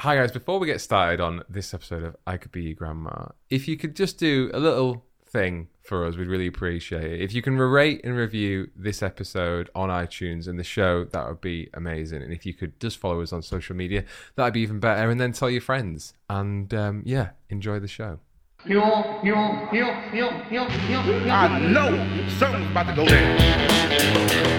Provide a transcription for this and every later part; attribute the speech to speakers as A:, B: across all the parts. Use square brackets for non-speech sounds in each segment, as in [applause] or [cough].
A: Hi, guys. Before we get started on this episode of I Could Be Your Grandma, if you could just do a little thing for us, we'd really appreciate it. If you can rate and review this episode on iTunes and the show, that would be amazing. And if you could just follow us on social media, that'd be even better. And then tell your friends. And um, yeah, enjoy the show.
B: Mule, mule, mule, mule, mule, mule, mule.
C: I know something's about to go down.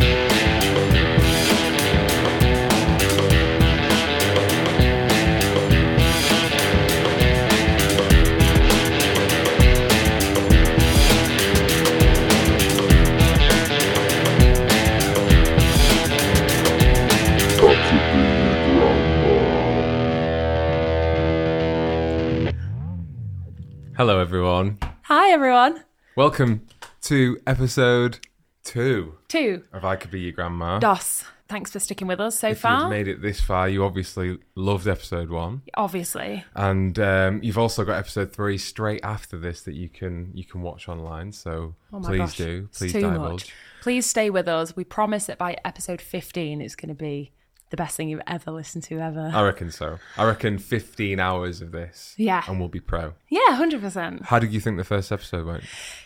A: Hello, everyone.
D: Hi, everyone.
A: Welcome to episode two
D: Two.
A: of I Could Be Your Grandma.
D: DOS. Thanks for sticking with us so
A: If you've
D: far.
A: made it this far, you obviously loved episode one.
D: Obviously.
A: and um, you've also got episode three straight after this that you can you can watch online. So
D: Oh my
A: please
D: gosh.
A: do,
D: It's
A: please
D: too
A: divulge.
D: much. Please stay with us. We promise that by episode 15, it's going to be the best thing you've ever listened to ever.
A: I reckon so. I reckon fifteen hours of this,
D: Yeah.
A: and we'll be pro.
D: yeah, 100%.
A: How did you think the first episode went?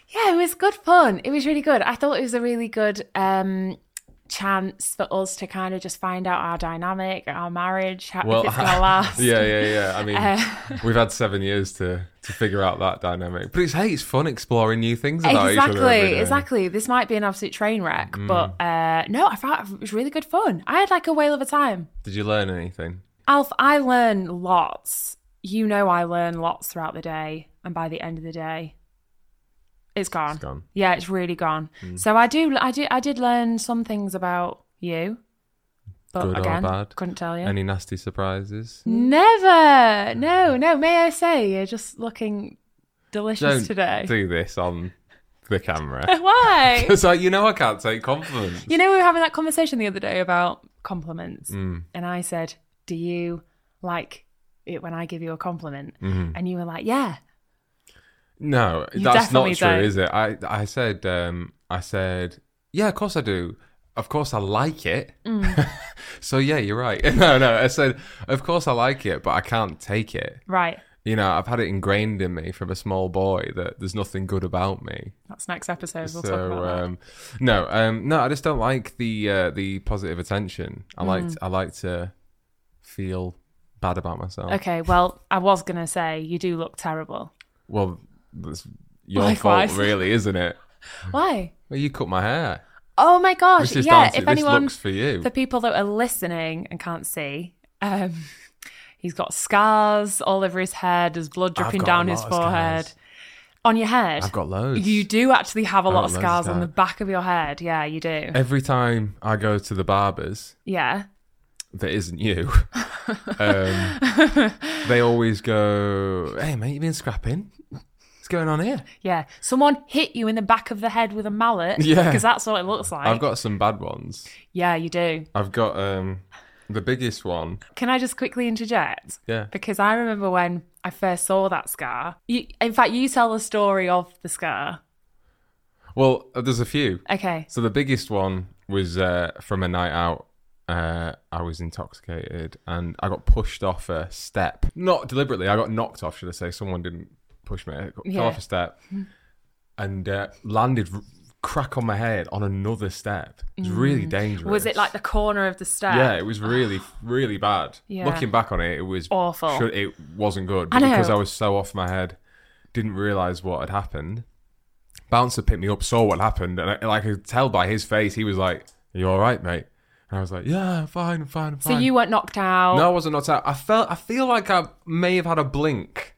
D: Yeah, it was good fun. It was really good. I thought it was a really good um, chance for us to kind of just find out our dynamic, our marriage, how, if
A: [laughs]
D: it's going to last.
A: yeah, yeah, yeah. I mean,
D: Uh,
A: we've had seven years to to figure out that dynamic, but it's hey, it's fun exploring new things about each other. every
D: Exactly,
A: day.
D: exactly. This might be an absolute train wreck,
A: Mm.
D: but uh, no, I thought it was really good fun. I had like a whale of a time.
A: Did you learn anything?
D: Alf, I learn lots. You know, I learn lots throughout the day, and by the end of the day, it's gone.
A: It's gone. Mm.
D: Yeah, it's really gone. So I do, I do, I did learn some things about you, but
A: Good or
D: again,
A: bad?
D: couldn't tell you.
A: Any Mm. nasty surprises?
D: Never, no, no. May I say, you're just looking delicious
A: Don't
D: today.
A: do this on the camera.
D: [laughs]
A: [laughs]
D: Why?
A: It's like you know I can't take compliments.
D: You know, we were having that conversation the other day about compliments,
A: Mm.
D: and I said, "Do you like it when I give you a compliment?"
A: Mm-hmm.
D: And you were like, "Yeah."
A: No,
D: You
A: that's not
D: definitely
A: true,
D: don't.
A: is it? I I said um I said yeah, of course I do. Of course I like it.
D: Mm.
A: [laughs] so yeah, you're right. [laughs] No, no, I said of course I like it, but I can't take it.
D: Right.
A: You know, I've had it ingrained in me from a small boy that there's nothing good about me.
D: That's next episode. We'll talk
A: so
D: about that.
A: um no, um no, I just don't like the uh, the positive attention. I like
D: Mm.
A: I like to feel bad about myself.
D: Okay, well, I was going to say you do look
A: [sighs]
D: terrible.
A: Well, that's your
D: Likewise.
A: fault really, isn't it?
D: Why?
A: Well, you cut my hair.
D: Oh my gosh.
A: This is
D: Yeah,
A: down to-
D: if
A: this
D: anyone,
A: looks for you.
D: the people that are listening and can't see, um, [laughs] he's got scars all over his head, there's blood dripping
A: got
D: down
A: a
D: his
A: lot of
D: forehead.
A: scars.
D: On your head?
A: I've got loads.
D: You do actually have a lot
A: got
D: of
A: loads of
D: scars on
A: scars. Eh.
D: the back of your head. Yeah, you do.
A: Every time I go to the barbers,
D: Yeah. [laughs]
A: that isn't you. [laughs] um, they always go, "Hey mate, you been scrapping? What's going on here?"
D: Yeah. Someone hit you in the back of the head with a
A: [laughs]
D: mallet.
A: Yeah.
D: Because that's what it looks like.
A: I've got some bad ones.
D: yeah, you do.
A: I've got um, the biggest one.
D: Can I just quickly interject?
A: Yeah.
D: Because I remember when I first saw that scar. You, in fact, you tell the story of the scar.
A: Well, uh, there's a few.
D: Okay.
A: So the biggest one was uh, from a night out. Uh, I was intoxicated and I got pushed off a step. Not deliberately. I got knocked off. Should I say? Someone didn't push me. I got-
D: Yeah.
A: fell off a step and uh, landed r- crack on my head on another step. It was really dangerous.
D: Mm. Was it like the corner of the stair?
A: Yeah, it was really, really bad.
D: Yeah.
A: Looking back on it, it was
D: Awful.
A: should- it wasn't good
D: I know.
A: because I was so off my head, didn't realize what had happened. Bouncer picked me up, saw what happened, and I, like I could tell by his face, he was like, "Are you all right, mate?" And I was like, "Yeah, I'm fine, I'm fine, I'm
D: So
A: fine."
D: you weren't knocked out.
A: No, I wasn't knocked out. I felt, I feel like I may have had a blink,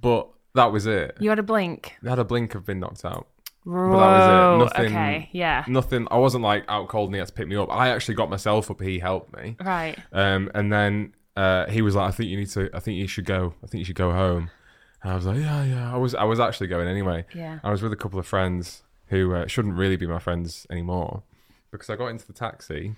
A: but that was it.
D: You had a blink.
A: I had a blink of being knocked out.
D: Whoa.
A: But that was it. Nothing.
D: Okay. Yeah.
A: Nothing. I wasn't like out cold and he had to pick me up. I actually got myself up. He helped me.
D: Right.
A: Um, and then uh, he was like, "I think you need to. I think you should go. I think you should go home." And I was like, "Yeah, yeah." I was, I was actually going anyway.
D: Yeah.
A: I was with a couple of friends who uh, shouldn't really be my friends anymore because I got into the taxi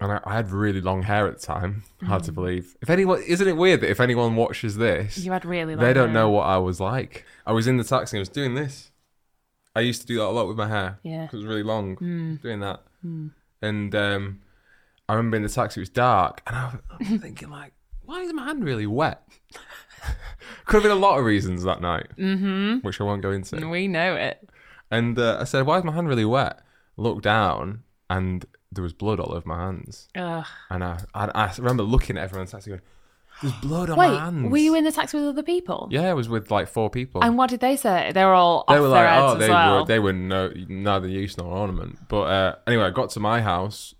A: and I, I had really long hair at the time. Hard to believe. If anyone, isn't it weird that if anyone watches this,
D: Mm. You had really.
A: they
D: long
A: don't
D: hair.
A: know what I was like. I was in the taxi. I was doing this. I used to do that a lot with my hair.
D: Yeah. Hmm.
A: 'cause it was really long. Doing that,
D: [laughs]
A: and um, I remember in the taxi it was dark, and I was, I was thinking like, why is my hand really wet? [laughs] Could have been a lot of reasons that night,
D: Mm-hmm.
A: which I won't go into.
D: We know it.
A: And uh, I said, "Why is my hand really wet?" Looked down, and there was blood all over my hands.
D: Ugh.
A: And I, I, I remember looking at everyone's taxi, going, "There's blood on my
D: Wait,
A: hands."
D: were you in the taxi with other people?
A: Yeah, I was with like four people.
D: And what did they say? They were all
A: they
D: off
A: were
D: their
A: like,
D: heads
A: "Oh,
D: as
A: they
D: well.
A: were, they were no neither use nor ornament." But uh, anyway, I got to my house,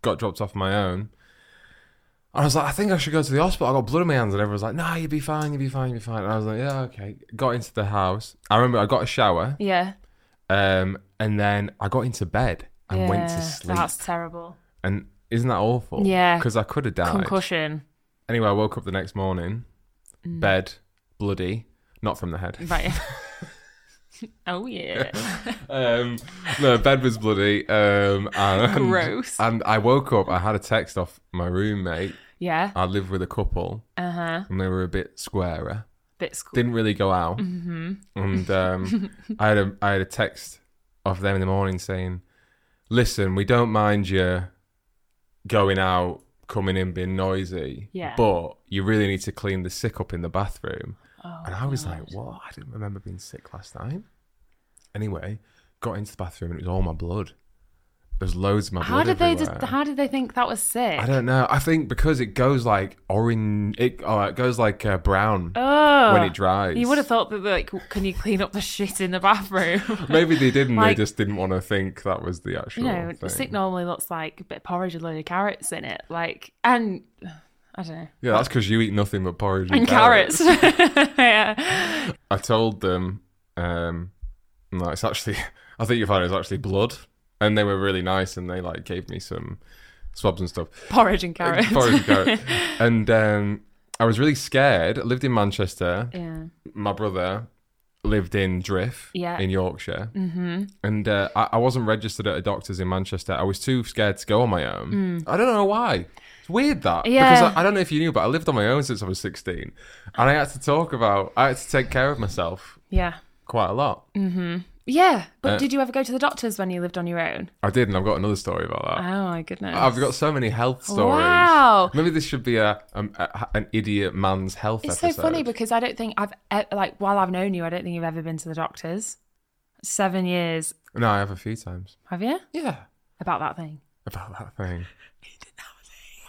A: got dropped off my own. And I was like, I think I should go to the hospital. I got blood on my hands, and everyone was like, "No, you'll be fine, you'll be fine, you'll be fine." And I was like, "Yeah, okay." Got into the house. I remember I got a shower.
D: yeah.
A: Um, and then I got into bed and
D: yeah.
A: went to sleep.
D: That's terrible.
A: And isn't that awful?
D: Yeah.
A: Because I could have died.
D: Concussion. Mm.
A: Anyway, I woke up the next morning, bed, bloody, not from the head. [laughs]
D: Right. [laughs] oh, yeah.
A: Um, no, bed was bloody. Um, and,
D: Gross.
A: And I woke up, I had a text off my roommate.
D: Yeah.
A: I lived with a couple
D: Uh huh.
A: and they were a bit squarer.
D: Bit squ-
A: Didn't really go out. Mm-hmm. And um, I, had a, I had a text off them in the morning saying, listen, we don't mind you going out, coming in, being noisy,
D: Yeah.
A: but you really need to clean the sick up in the bathroom.
D: Oh,
A: And I was like, what? I didn't remember being sick last time. Anyway, got into the bathroom and it was all my blood. There's loads of my
D: how
A: blood.
D: did they?
A: everywhere.
D: Just, how did they think that was sick?
A: I don't know. I think because it goes like orange, it, oh, it goes like uh, brown
D: Oh.
A: when it dries.
D: You would have thought that, like, can you clean up the shit in the
A: [laughs]
D: bathroom?
A: Maybe they didn't.
D: Like-
A: they just didn't want to think that was the actual.
D: [laughs] you know,
A: thing.
D: sick normally looks like a bit of porridge with a load of carrots in it. Like, and I don't know.
A: Yeah, that's because you eat nothing but porridge and,
D: And carrots. [laughs] yeah.
A: I told them, um, no, it's actually. [laughs] I think you find it's actually blood, and they were really nice, and they like gave me some swabs and stuff.
D: Porridge and carrots.
A: Porridge and carrot. And um, I was really scared. I lived in Manchester.
D: [laughs] yeah.
A: My brother lived in Drift
D: Yeah.
A: in Yorkshire. Mm-hmm. And uh, I, I wasn't registered at a doctor's in Manchester. I was too scared to go on my own. I don't know why. It's weird that.
D: Mm. Yeah.
A: Because I, I don't know if you knew, but I lived on my own since I was 16. And I had to talk about, I had to take care of myself
D: Yeah.
A: quite a lot.
D: Mm. Yeah. But
A: Uh,
D: did you ever go to the doctors when you lived on your own?
A: I did, and I've got another story about that.
D: Oh my goodness.
A: I've got so many health stories.
D: Wow.
A: Maybe this should be a, um, a an idiot man's health
D: It's
A: episode.
D: so funny because I don't think I've e- like while I've known you, I don't think you've ever been to the doctors. Seven years,
A: No, I have a few times.
D: have you?
A: Yeah,
D: About that thing.
A: about that thing.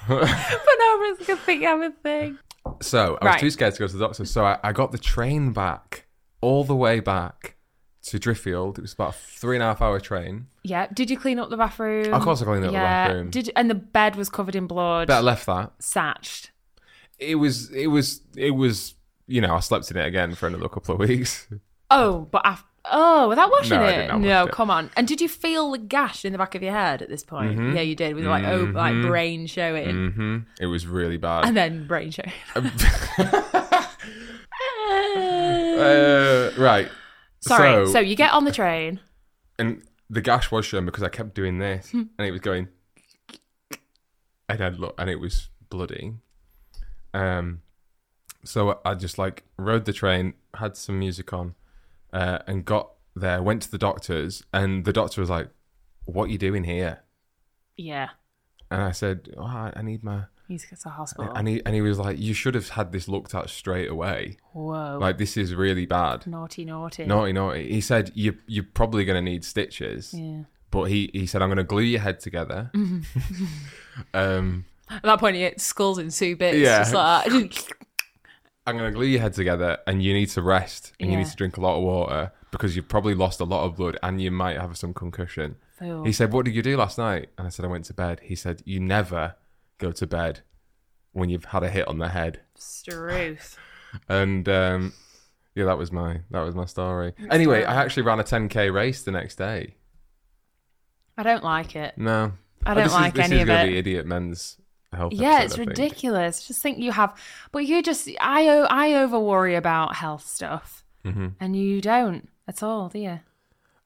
D: but now I'm just gonna think I'm a thing.
A: So I was
D: Right.
A: too scared to go to the doctor, so I, I got the train back all the way back to Driffield. It was about a three and a half hour train.
D: Yeah. Did you clean up the bathroom?
A: Of course, I cleaned up the bathroom.
D: Did you- and the bed was covered in blood.
A: But I left that.
D: Satched.
A: It was. It was. It was. You know, I slept in it again for another couple of weeks. [laughs]
D: Oh, but after. Oh, without washing
A: No, I
D: it?
A: did not wash
D: no,
A: it.
D: come on. And did you feel the gash in the back of your head at this point?
A: Mm-hmm.
D: Yeah, you did. With like, oh, like brain showing,
A: hmm It was really bad.
D: and then brain showing.
A: [laughs] Uh, right.
D: [laughs]
A: So,
D: Sorry. So, you get on the train.
A: and the gash was shown because I kept doing this, and it was going, and I'd look, and it was bloody. Um, so I just like rode the train, had some music on, uh, and got there. Went to the doctor's, and the doctor was like, "What you doing here?"
D: Yeah,
A: And I said, oh, I I need my,
D: he's got to hospital.
A: and he and he was like, "You should have had this looked at straight away.
D: Whoa,
A: Like this is really bad."
D: naughty, naughty.
A: Naughty, naughty. He said, "You you're probably going to need stitches."
D: Yeah.
A: but he, he said, I'm going to glue your head together.
D: Mm-hmm.
A: [laughs] um,
D: At that point, it skulls in two bits.
A: Yeah.
D: Just like [laughs] that.
A: I'm going to glue your head together and you need to rest and you
D: Yeah.
A: need to drink a lot of water because you've probably lost a lot of blood and you might have some concussion.
D: Fool.
A: He said, What did you do last night? And I said, I went to bed. He said, You never go to bed when you've had a hit on the head.
D: Struth.
A: And um, yeah, that was my that was my story. Anyway, I actually ran a 10k race the next day.
D: I don't like it.
A: No, Oh,
D: I don't
A: this
D: like
A: is, this
D: any
A: is
D: of
A: gonna
D: it.
A: Be idiot men's health.
D: Yeah,
A: episode,
D: it's
A: I think.
D: ridiculous. Just think you have, but you just I o- I over worry about health stuff,
A: Mm-hmm.
D: and you don't at all, do you?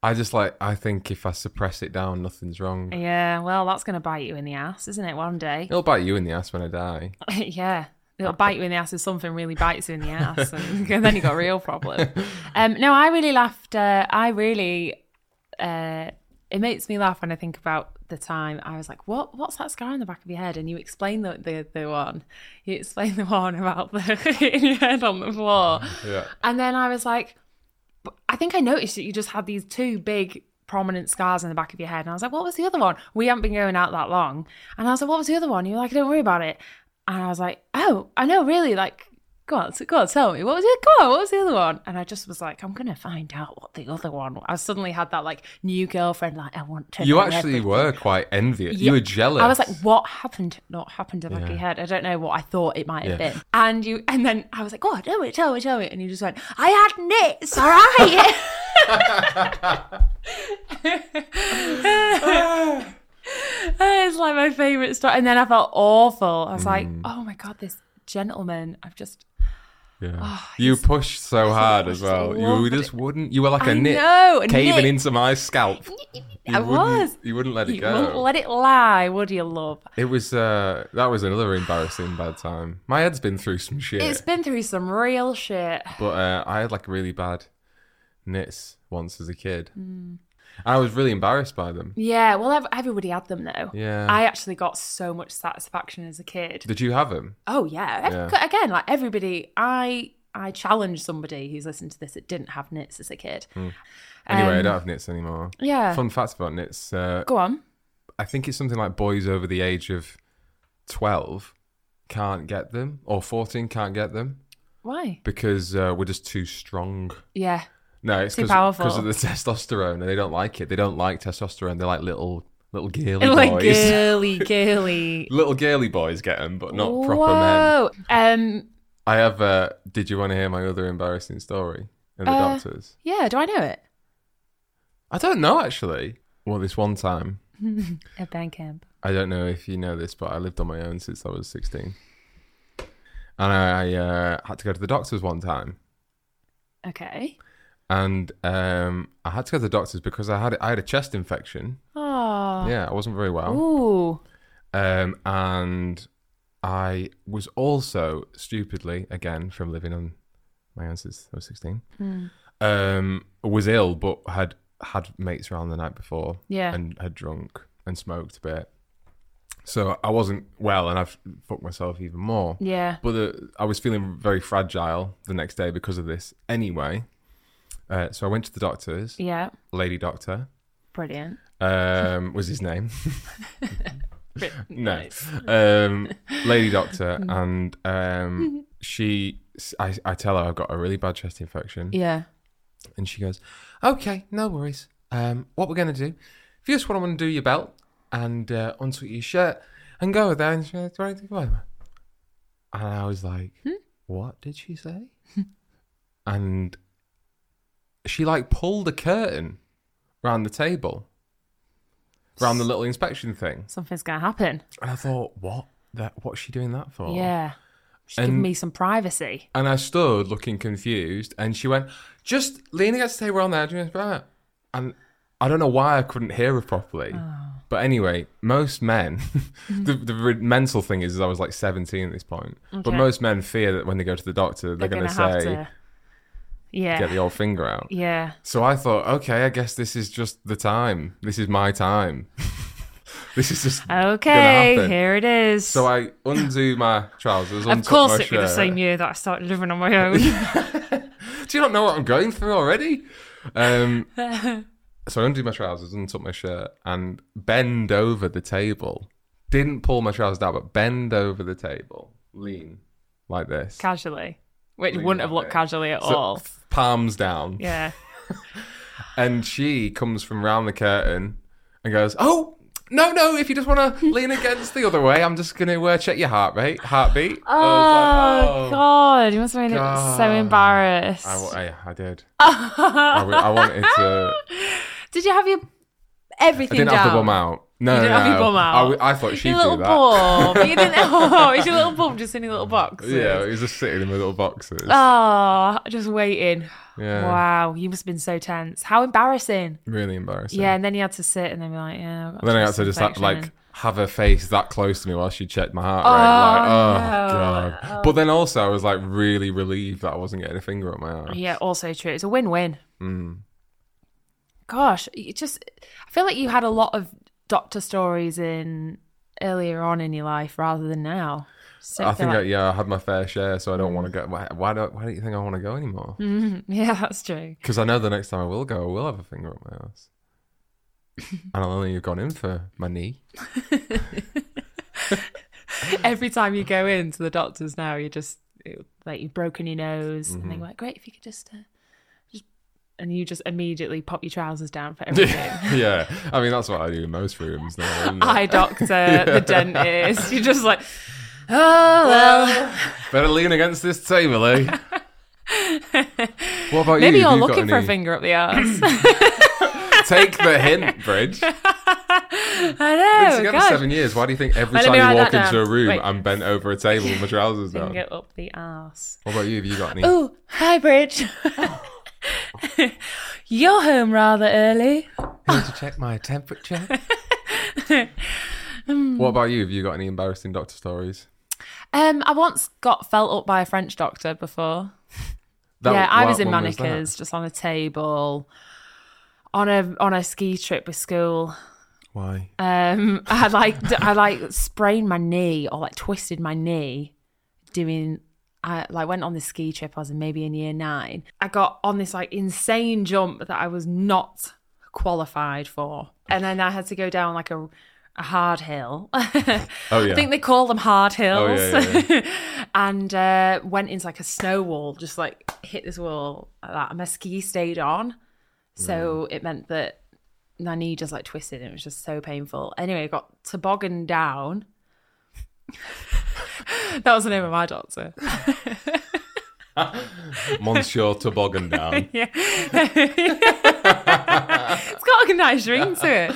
A: I just like I think if I suppress it down, nothing's wrong.
D: Yeah. Well, that's gonna bite you in the ass, isn't it? One day.
A: It'll bite you in the ass when I die.
D: [laughs] yeah. It'll bite you in the ass if something really bites you in the ass, and, [laughs] and then you got a real problem. Um, no, I really laughed. Uh, I really, uh, it makes me laugh when I think about the time, I was like, "What? What's that scar on the back of your head?" And you explained the the, the one, you explained the one about the [laughs] in your head on the floor,
A: Yeah.
D: and then I was like, "But "I think I noticed that you just had these two big." prominent scars on the back of your head and I was like what was the other one we haven't been going out that long and I was like what was the other one you were like don't worry about it and I was like oh I know really like go on so- go on tell me what was it go on what was the other one and I just was like I'm gonna find out what the other one was. I suddenly had that like new girlfriend like I want to
A: You
D: know
A: actually
D: everything. [laughs]
A: were quite envious. You
D: Yeah.
A: were jealous.
D: I was like, what happened? Not happened to the back of
A: Yeah.
D: your head. I don't know what I thought it might have
A: Yeah.
D: been. And you, and then I was like, oh, tell me, tell me, tell me. And you just went, I had nits, all right. [laughs] it's like my favorite story. And then I felt awful. I was like,
A: Mm.
D: oh my god, this gentleman. I've just
A: Yeah. you pushed so hard
D: Oh, I
A: as
D: just
A: well. You
D: loved
A: just wouldn't. You were like a
D: I
A: nit
D: know, a
A: caving
D: nit.
A: into my scalp. You
D: I
A: wouldn't-
D: was.
A: You wouldn't let it
D: you
A: go.
D: wouldn't let it lie, would you, love?
A: It was uh that was another embarrassing bad time. My head's been through some shit,
D: It's been through some real shit.
A: but uh, I had like really bad nits once as a kid.
D: Mm.
A: I was really embarrassed by them.
D: Yeah. Well, ev- everybody had them though.
A: Yeah.
D: I actually got so much satisfaction as a kid.
A: Did you have them?
D: Oh yeah. Ev- Again, like everybody, I I challenge somebody who's listened to this that didn't have nits as a kid.
A: Hmm. Anyway, I
D: Um,
A: don't have nits anymore.
D: Yeah.
A: Fun facts about nits. Uh,
D: Go on.
A: I think it's something like boys over the age of twelve can't get them, or fourteen can't get them
D: Why?
A: because uh, we're just too strong.
D: Yeah.
A: No, it's
D: Too
A: because
D: powerful.
A: of the [laughs] testosterone, and they don't like it. They don't like testosterone. They're like little little girly
D: [laughs] Like
A: boys.
D: girly, girly.
A: [laughs] Little girly boys get them, but not proper men.
D: Whoa. Um.
A: I have. Uh, did you want to hear my other embarrassing story? And the
D: Uh,
A: doctors.
D: Yeah. Do I know it?
A: I don't know actually. Well, this one time,
D: At band camp.
A: I don't know if you know this, but I lived on my own since I was sixteen, and I uh, had to go to the doctors one time,
D: Okay.
A: and um, I had to go to the doctors because I had I had a chest infection.
D: Oh.
A: Yeah, I wasn't very well.
D: Ooh.
A: Um, and I was also stupidly, again, from living on my own since I was 16,
D: Hmm.
A: um, was ill, but had had mates around the night before
D: Yeah.
A: and had drunk and smoked a bit. So I wasn't well, and I've fucked myself even more.
D: Yeah.
A: But the, I was feeling very fragile the next day because of this anyway. Uh, so I went to the doctor's,
D: Yeah.
A: lady doctor,
D: Brilliant.
A: um, was his name. [laughs] no
D: Nice. Mm.
A: um lady doctor and um
D: [laughs]
A: she I, I tell her i've got a really bad chest infection
D: Yeah.
A: and she goes okay no worries um what we're gonna do if you just want to undo your belt and uh unsweat your shirt and go there and she goes, "Do you want to go over?" and i was like what did she say [laughs] and she like pulled a curtain round the table round the little inspection thing
D: Something's gonna happen.
A: and I thought, what? That what's she doing that for?
D: Yeah. She's giving
A: And-
D: me some privacy.
A: And I stood looking confused, and she went, just lean against the table on there, do you know that?" And I don't know why I couldn't hear her properly.
D: Oh.
A: But anyway, most
D: [laughs]
A: men, the, the re- mental thing is, is I was like 17 at this point. But
D: Okay.
A: most men fear that when they go to the doctor, they're, going to
D: have
A: say,
D: to. Yeah.
A: get the old finger out.
D: yeah.
A: So I thought, okay, I guess this is just the time. This is my time. [laughs] this is just gonna
D: Okay,
A: happen.
D: here it is.
A: So I undo my trousers.
D: of course,
A: my
D: it would be the
A: shirt.
D: same year that I started living
A: [laughs]
D: on my own.
A: Do you not know what I'm going through already?
D: [laughs]
A: Um, so I undo my trousers, untuck my shirt, and bend over the table. Didn't pull my trousers down, but bend over the table, lean like this,
D: casually, which
A: Lean
D: wouldn't have
A: like
D: looked
A: this.
D: casually at
A: So,
D: all.
A: palms down. [laughs]
D: Yeah.
A: And she comes from round the curtain and goes, "Oh." No, no. If you just
D: [laughs]
A: want to lean against the other way, I'm just going to uh, check your heart rate, heartbeat.
D: Oh, God, you must have been so
A: God.
D: embarrassed.
A: oh. I, wa- I, I
D: [laughs]
A: did. I, wa- I wanted to.
D: Did you have your everything
A: I didn't
D: down?
A: have the bum out. No,
D: You
A: no,
D: didn't have your
A: no.
D: bum out.
A: I w- I, thought she'd
D: Your
A: do
D: little
A: that. [laughs]
D: bum. you didn't. [laughs] Oh, it's your little bum just in your little box.
A: Yeah, it was just sitting in my little boxes.
D: Oh, just waiting.
A: yeah,
D: Wow, you must have been so tense. How embarrassing.
A: really embarrassing.
D: Yeah, and then you had to sit and then be like, yeah. I've got
A: And then I had
D: chest
A: to just
D: infection
A: like
D: and-
A: have her face that close to me while she checked my heart
D: Oh,
A: rate. Like, oh
D: no.
A: god! But then also, I was like really relieved that I wasn't getting a finger up my arse.
D: Yeah, also true. It's a
A: Mm.
D: win-win. Gosh, it just I feel like you had a lot of doctor stories in earlier on in your life rather than now. So
A: I
D: feel
A: think, I,
D: like- Mm.
A: yeah, I had my fair share, so I don't want to go. Why, why, don't, why don't you think I want to go anymore?
D: [laughs] Mhm. yeah, that's true. [laughs]
A: Because I know the next time I will go, I will have a finger up my ass. and I'll only have gone in for my knee.
D: Every time you go into the doctors now, you just it- like you've broken your nose, and
A: Mm-hmm.
D: they're like, "Great, if you could just." Uh, just-" and you just immediately pop your trousers down for everything.
A: [laughs] yeah. I mean, that's what I do in most rooms now. isn't it? [laughs]
D: Eye doctor, the dentist. You're just like, oh [laughs] well.
A: Better lean against this table, eh?
D: [laughs]
A: what about
D: Maybe
A: you?
D: you're
A: Have you got
D: looking for a
A: any-
D: finger
A: [clears throat]
D: up the arse.
A: Take the
D: [laughs]
A: hint, Bridge.
D: I know.
A: Together
D: Oh, God.
A: seven years. Why do you think every
D: Wait, let
A: time
D: me
A: you
D: write
A: walk
D: that
A: into a
D: down.
A: room,
D: Wait.
A: I'm bent over a table with my trousers down?
D: Finger up the arse.
A: What about you? Have you got any?
D: Oh, hi, Bridge. [laughs] You're home rather early.
A: Need to check my
D: [laughs]
A: temperature. what about you? Have you got any embarrassing doctor stories?
D: Um, I once got felt up by a French doctor before.
A: That-
D: yeah, I
A: what
D: was in
A: one that?
D: manicures, just on a table, on a on a ski trip with school.
A: Why?
D: Um, I like d- I like sprained my knee or like twisted my knee doing. I like went on this ski trip. I was maybe in year nine. I got on this like insane jump that I was not qualified for, and then I had to go down like a a hard hill. [laughs]
A: oh yeah.
D: I think they call them hard
A: Oh,
D: hills.
A: yeah, yeah,
D: [laughs] and uh, went into like a snow wall, just like hit this wall like that. And my ski stayed on.
A: Mm.
D: So it meant that my knee just like twisted and it was just so painful. Anyway, I got toboggan down. [laughs] that was the name of my doctor.
A: Monsieur
D: [laughs]
A: Toboggan down.
D: Yeah. it's got a nice ring to it.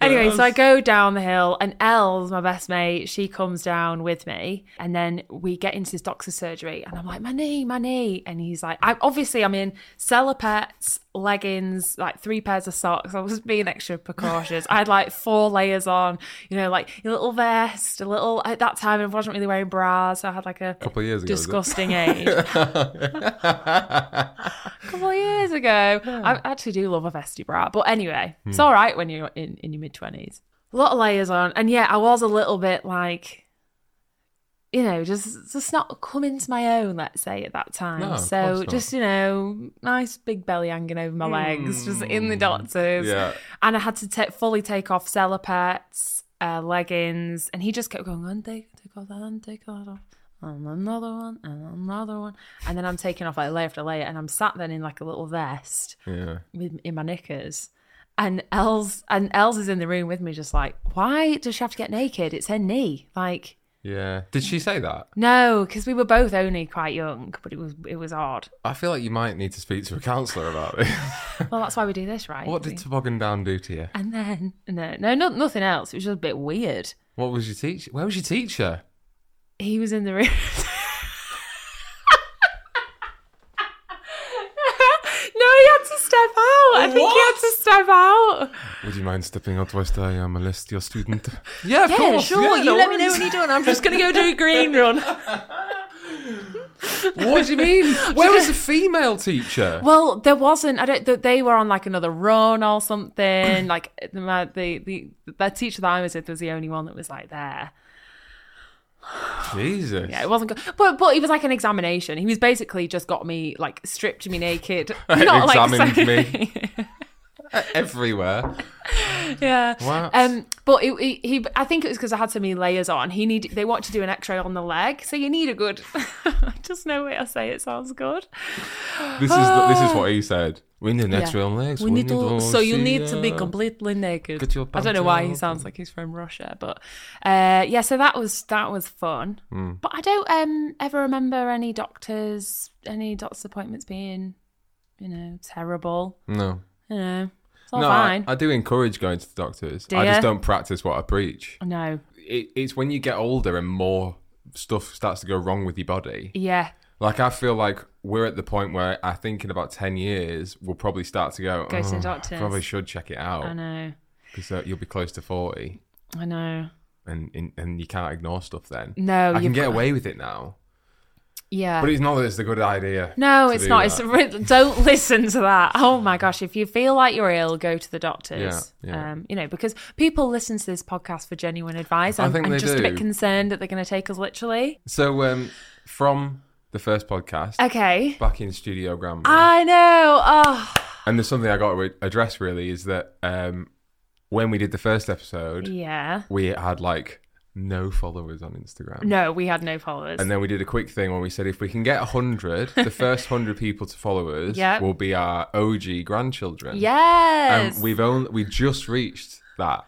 D: Anyway, so I go down the hill, and Elle's my best mate. She comes down with me, and then we get into this doctor's surgery, and I'm like, my knee, my knee, and he's like, I obviously I'm in salopettes, leggings, like three pairs of socks. I was being extra precautious. I had like four layers on, you know, like a little vest, a little. At that time, I wasn't really wearing bras, so I had like a
A: couple of years ago. Oh, was it?
D: disgusting [laughs] age. couple of years ago. I actually do love a festive bra, but anyway,
A: Hmm.
D: it's all right when you're in, in your mid twenties. A lot of layers on, and yeah, I was a little bit like, you know, just just not coming to my own. Let's say at that time,
A: No, of course
D: so
A: not.
D: just you know, nice big belly hanging over my legs, just in
A: Hmm.
D: the doctors,
A: Yeah.
D: and I had to ta- fully take off salopettes, uh, leggings, and he just kept going, and take take off that, and take off that off. And another one, and another one, and then I'm taking off like layer after layer, and I'm sat then in like a little vest,
A: Yeah.
D: with in my knickers. And Els and Els is in the room with me, just like, why does she have to get naked? It's her knee. Like,
A: Yeah. Did she say that?
D: no, because we were both only quite young, but it was it was odd.
A: I feel like you might need to speak to a counsellor about this.
D: Well, that's why we do this,
A: [laughs]
D: right?
A: what did Toboggan Down do to you?
D: and then no, no, no, nothing else. It was just a bit weird.
A: What was your teacher? Where was your teacher?
D: He was in the room. no, he had to step out. I think he had to step out.
A: Would you mind stepping out whilst I um, list your
D: [laughs]
A: student? yeah, of
D: Yeah,
A: course.
D: sure.
A: yeah,
D: you
A: no
D: let me know
A: worries.
D: when you're done. I'm just gonna go do a green
A: [laughs]
D: run.
A: What do you
D: [laughs]
A: mean? Where was the female teacher?
D: Well, there wasn't. I don't. th- They were on like another run
A: [clears throat]
D: or something. like the my- the the that teacher that I was with was the only one that was like there.
A: Jesus.
D: Yeah, it wasn't good. But but it was like an examination. He was basically just got me like stripped
A: [laughs]
D: me naked. Not like
A: Examined
D: [laughs]
A: me. Everywhere.
D: yeah.
A: Wow.
D: Um, but it, he, he, I think it was because I had so many layers on. He need they want to do an X-ray on the leg, so you need a good. [laughs] I just know way I say it sounds good.
A: this is the, this is what he said. We need an
D: Yeah.
A: X-ray on legs.
D: We need to, so you
A: see,
D: need to be
A: uh,
D: completely naked.
A: get your
D: I don't know why
A: pants
D: he
A: up
D: sounds like he's from Russia, but uh, yeah. So that was that was fun,
A: Hmm.
D: but I don't um, ever remember any doctors any doctor's appointments being, you know, terrible.
A: No.
D: You know, it's all
A: no, I,
D: Oh, fine.
A: I do encourage going to the doctors.
D: Do
A: I
D: ya?
A: just don't practice what I preach.
D: no,
A: It, it's when you get older and more stuff starts to go wrong with your body.
D: yeah,
A: Like I feel like we're at the point where I think in about ten years we'll probably start to go.
D: Go to the
A: "Oh,
D: doctors."
A: Probably should check it
D: I
A: out
D: know,
A: because uh, you'll be close to forty,
D: I know.
A: and, and and you can't ignore stuff then.
D: No,
A: I can
D: you've
A: get
D: got-
A: away with it now.
D: Yeah.
A: But it's not that it's a good idea.
D: No,
A: to
D: it's
A: do
D: not.
A: that.
D: It's re- don't listen to that. Oh my gosh, if you feel like you're ill, go to the doctors.
A: Yeah, yeah.
D: Um, you know, because people listen to this podcast for genuine advice. I'm,
A: think
D: I'm
A: they
D: just a bit
A: do.
D: concerned that they're going to take us literally.
A: So um, from the first podcast,
D: Okay. Ah.
A: back in Studio Grandma,
D: I know. Oh,
A: and there's something I got to re- address really is that um, when we did the first episode,
D: yeah.
A: we had like no followers on Instagram.
D: No, we had no followers.
A: And then we did a quick thing when we said if we can get 100,
D: [laughs]
A: the first 100 people to follow us
D: Yep.
A: will be our OG grandchildren.
D: yes.
A: um, And we've only we just reached that.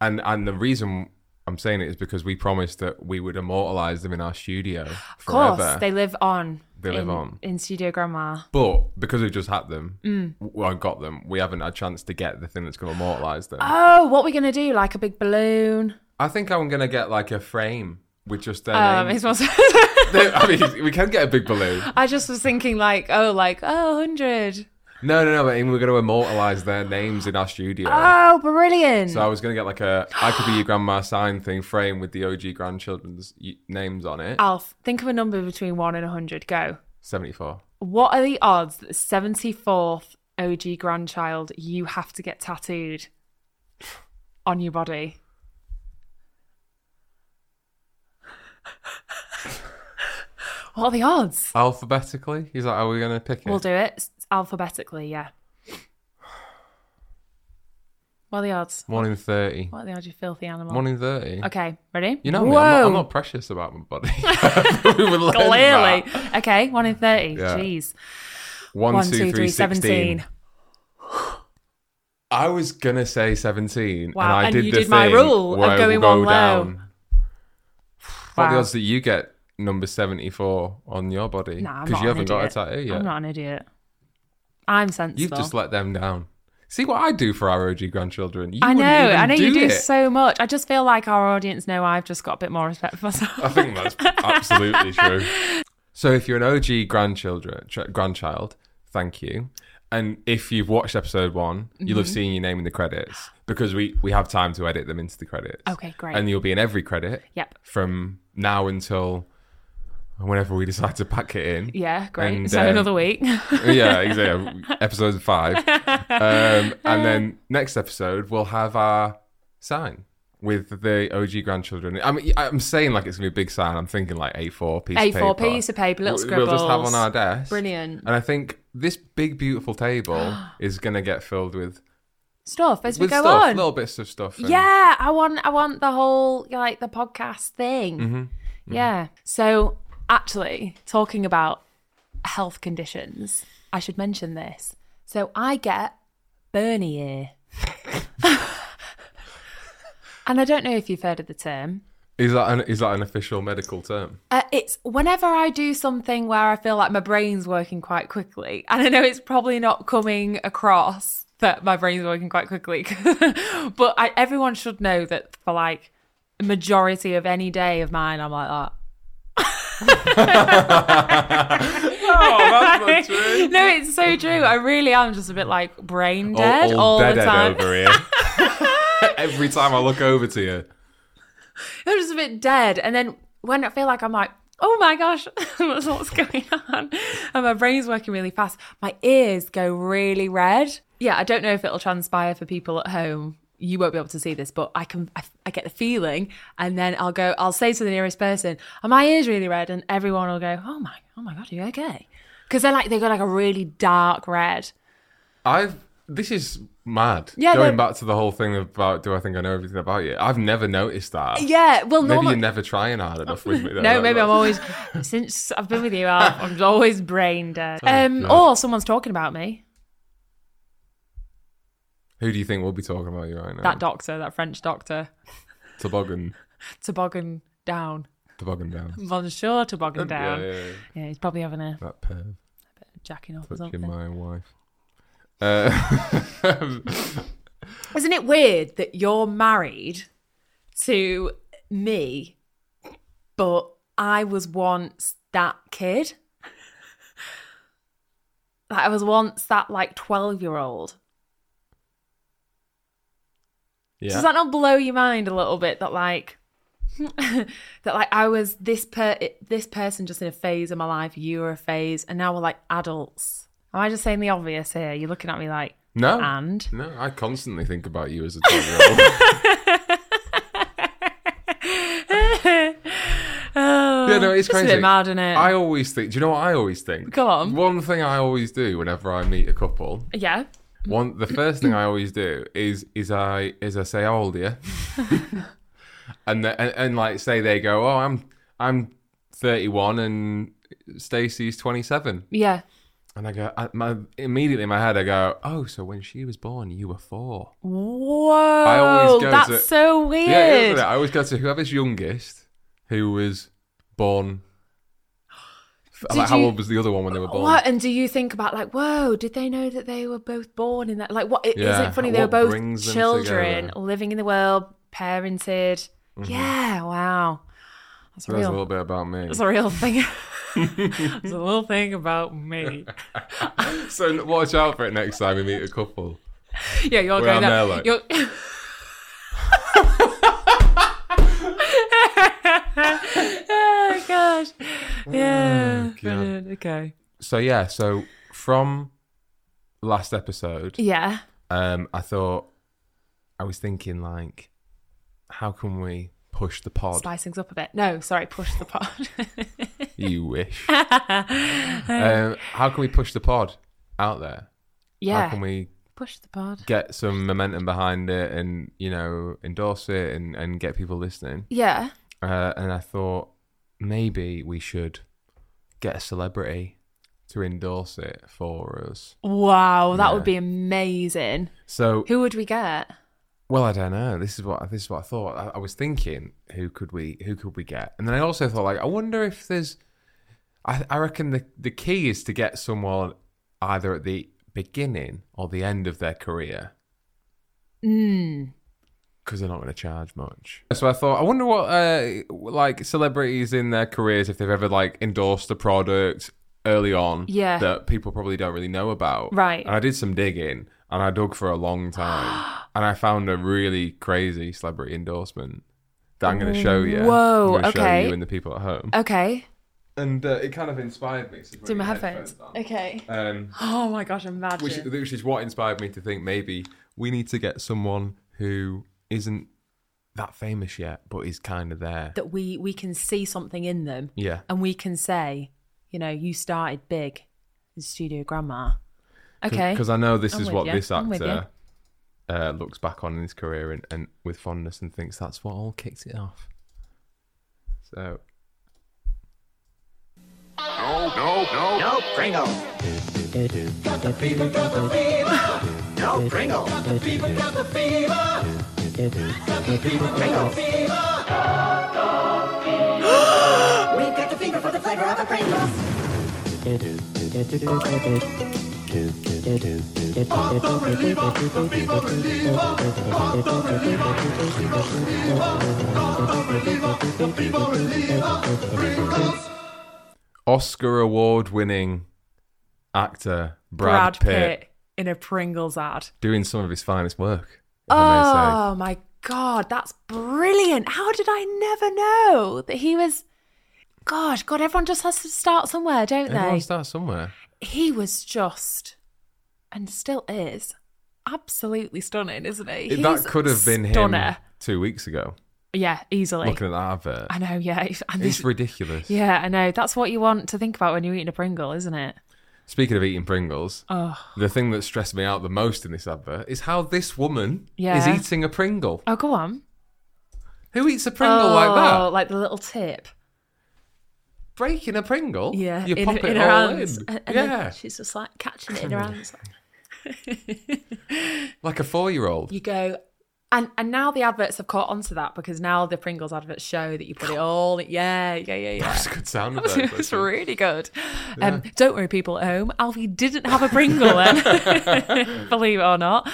A: And and the reason I'm saying it is because we promised that we would immortalize them in our studio
D: of course,
A: forever.
D: they live on.
A: They live
D: in-
A: on.
D: in Studio Grandma.
A: But because we've just had them,
D: Mm.
A: well, got them, we haven't had a chance to get the thing that's going to immortalize them.
D: Oh, what we're gonna do? Like a big balloon?
A: I think I'm going to get like a frame with just their
D: Um,
A: names.
D: it's also-
A: [laughs] I mean, we can get a big balloon.
D: I just was thinking like, oh, like oh, 100.
A: No, no, no. But we're going to immortalize their names in our studio.
D: Oh, brilliant!
A: so I was going to get like a I could be your grandma sign thing frame with the OG grandchildren's y- names on it.
D: Alf, think of a number between one and 100. Go.
A: 74.
D: What are the odds that the 74th OG grandchild you have to get tattooed on your body? what are the odds?
A: Alphabetically? He's like, are we going to pick it?
D: We'll do it s- alphabetically, yeah. What are the odds?
A: One in 30.
D: What are the odds, you filthy animal?
A: One in 30.
D: Okay, ready?
A: You know
D: Whoa.
A: me, I'm not, I'm not precious about my
D: [laughs]
A: body. [laughs] we would learn
D: Clearly.
A: that.
D: Okay, one in 30.
A: Yeah.
D: Jeez.
A: One,
D: One,
A: two, three, 16. I was going to say 17. and
D: Wow,
A: I
D: and
A: did
D: you
A: the
D: did my
A: thing
D: rule of
A: where I will
D: going
A: go
D: one low.
A: down. What are the
D: Wow.
A: odds that you get number 74 on your body?
D: Nah, I'm
A: Because you
D: not an
A: haven't got a
D: idiot.
A: tattoo yet.
D: I'm not an idiot. I'm sensible.
A: You've just let them down. See what I do for our OG grandchildren. You
D: I know,
A: wouldn't even
D: I know you do
A: it.
D: so much. I just feel like our audience know I've just got a bit more respect for myself.
A: I think that's absolutely true. So if you're an OG grandchildren ch- grandchild, thank you. And if you've watched episode one, you'll
D: Mm-hmm.
A: have seen your name in the credits because we we have time to edit them into the credits.
D: Okay, great.
A: And you'll be in every credit.
D: [laughs] Yep.
A: From now until whenever we decide to pack it in.
D: yeah, great.
A: And,
D: so
A: um,
D: another week.
A: yeah, exactly. episode five. Um, and
D: [laughs]
A: then next episode, we'll have our sign with the OG grandchildren. I mean, I'm saying like it's going to be a big sign. I'm thinking like A4 piece of paper.
D: A4 piece of paper, little
A: We'll-
D: scribbles.
A: We'll just have on our desk.
D: Brilliant.
A: And I think this big, beautiful
D: [gasps]
A: table is going to get filled with,
D: stuff as we
A: with
D: go
A: stuff,
D: on.
A: little bits of stuff. and-
D: Yeah, I want I want the whole like the podcast thing. Yeah. So actually talking about health conditions, I should mention this. So I get Bernie ear. [laughs] and I don't know if you've heard of the term.
A: Is that, an, is that an official medical term?
D: Uh, it's whenever I do something where I feel like my brain's working quite quickly, and I know it's probably not coming across that my brain's working quite quickly, [laughs] but I, everyone should know that for like majority of any day of mine, I'm like that.
A: Oh,
D: [laughs]
A: that's not true.
D: No, it's so true. I really am just a bit like brain dead all,
A: all, all
D: the
A: dead
D: time.
A: over here.
D: [laughs]
A: [laughs] Every time I look over to you.
D: I'm just a bit dead, and then when I feel like I'm like. Oh my gosh, [laughs] what's what's going on? And my brain's working really fast. My ears go really red. Yeah, I don't know if it'll transpire for people at home. You won't be able to see this, but I can. I, I get the feeling, and then I'll go. I'll say to the nearest person, "Are my ears really red?" And everyone will go, "Oh my, oh my god, are you okay?" Because they're like they got like a really dark red.
A: I've this is mad.
D: Yeah,
A: going
D: no-
A: back to the whole thing about do I think I know everything about you? I've never noticed that.
D: Yeah, well,
A: Maybe
D: normally
A: you're never trying hard enough with me. though.
D: [laughs] No, maybe I'm
A: That's-
D: always since I've been with you, Alf, I'm always brain dead. Um,
A: God.
D: or someone's talking about me.
A: Who do you think will be talking about you right now?
D: That doctor, that French doctor,
A: toboggan,
D: toboggan down,
A: toboggan down.
D: monsieur toboggan down.
A: Uh, Yeah,
D: Yeah,
A: yeah, yeah.
D: he's probably having a
A: That perv
D: jacking off or
A: touching
D: something.
A: my wife. [laughs] Uh,
D: Isn't it weird that you're married to me, but I was once that kid? [laughs] Like I was once that like twelve year old.
A: yeah.
D: Does that not blow your mind a little bit that like [laughs] that like I was this per this person just in a phase of my life. You were a phase, and now we're like adults. Am I just saying the obvious here? You're looking at me like,
A: No. [laughs]
D: and
A: No, I constantly think about you
D: [laughs]
A: as a 12 year old.
D: oh,
A: Yeah, no, it's
D: just
A: crazy.
D: a bit mad, isn't it?
A: I always think, do you know what I always think?
D: Go on.
A: One thing I always do whenever I meet a couple,
D: yeah.
A: one the first thing I always do is is I is I say how old are you? [laughs] and, the, and and like say they go, "Oh, I'm I'm 31 and Stacey's 27."
D: Yeah.
A: And I go I, my, immediately in my head I go, "Oh, so when she was born, you were 4."
D: Whoa.
A: always go
D: that's
A: to-
D: so weird.
A: Yeah, it is, isn't it? I always go to whoever's youngest who was
D: [gasps]
A: born
D: Did
A: like how
D: you-
A: old was the other one when they were born?
D: What and do you think about like, whoa, did they know that they were both born in that? Like, what it
A: Yeah,
D: not funny?
A: what
D: They were both
A: brings them
D: children
A: together? Mm-hmm.
D: living in the world, parented. Yeah, wow, that's
A: So
D: real.
A: that's a little bit about me.
D: That's a real thing. [laughs] It's a little thing about me.
A: [laughs] So n- watch out for it next time we meet a couple.
D: Yeah, you're
A: We're
D: going
A: on
D: there.
A: there, like-
D: You're... [laughs] oh gosh.
A: Oh,
D: Yeah. brilliant. Okay.
A: So yeah, so from last episode,
D: Yeah.
A: um, I thought I was thinking like, how can we push the pod?
D: Spice things up a bit. No, sorry, push the pod. [laughs]
A: You wish. um, how can we push the pod out there? How
D: yeah.
A: can we
D: Push the pod.
A: get some momentum behind it and you know endorse it and and get people listening?
D: Yeah.
A: Uh, and I thought maybe we should get a celebrity to endorse it for us.
D: Wow, that
A: Yeah.
D: would be amazing.
A: So
D: Who would we get?
A: Well, I don't know. This is what this is what I thought. I, I was thinking, who could we who could we get? And then I also thought, like, I wonder if there's. I, I reckon the the key is to get someone either at the beginning or the end of their career
D: Mm.
A: because they're not going to charge much. So I thought, I wonder what uh, like celebrities in their careers if they've ever like endorsed a product early on,
D: Yeah.
A: that people probably don't really know about,
D: Right.
A: And I did some digging and I dug for a long
D: [gasps]
A: time and I found a really crazy celebrity endorsement that I'm going to show you.
D: Whoa,
A: I'm gonna
D: okay.
A: Show you and the people at home,
D: Okay.
A: and uh, it kind of inspired me. So
D: Do my headphones. Okay.
A: Um,
D: Oh my gosh, imagine.
A: which, which is what inspired me to think maybe we need to get someone who isn't that famous yet, but is kind of there.
D: that we we can see something in them
A: yeah,
D: and we can say, you know, you started big in Studio Grandma. Okay.
A: because I know this
D: I'm
A: is
D: with
A: what
D: ya.
A: this
D: I'm with
A: actor uh, looks back on in his career and, and with fondness and thinks that's what all kicked it off. So
C: No, no, no.
E: No Pringle. Got the fever, got the fever. No Pringle. Got the fever, got the fever. Got the fever, got the fever. We've got the fever for the flavor of a Pringle.
A: Oscar award winning actor Brad,
D: Brad,
A: Pitt,
D: Pitt. in a Pringles ad.
A: doing some of his finest work. if I may say.
D: Oh my god, that's brilliant. How did I never know that he was Gosh, God, everyone just has to start somewhere, don't
A: Everyone
D: they?
A: starts somewhere.
D: he was just and still is absolutely stunning, isn't he? He's
A: that could have been him
D: stunner.
A: two weeks ago.
D: Yeah, easily.
A: Looking at that advert,
D: I know, yeah. [laughs] He's- And
A: it's
D: this-
A: ridiculous.
D: yeah, I know. That's what you want to think about when you're eating a Pringle, isn't it?
A: Speaking of eating Pringles,
D: Oh.
A: the thing that stressed me out the most in this advert is how this woman is
D: Yeah.
A: eating a Pringle.
D: Oh, go on.
A: Who eats a Pringle like
D: Oh,
A: that?
D: like the little tip.
A: Breaking a Pringle?
D: Yeah,
A: You
D: in,
A: pop
D: in
A: it
D: her
A: all
D: hands.
A: in.
D: [laughs] And, and then
A: yeah.
D: she's just like catching it in her hands.
A: Like a four year old.
D: You go, and and now the adverts have caught onto that because now the Pringles adverts show that you put it all. Yeah, yeah, yeah, yeah. [laughs]
A: That's a good sound effect.
D: It was
A: actually.
D: really good. Um, don't worry, people at home. Alfie didn't have a Pringle then, [laughs] believe it or not.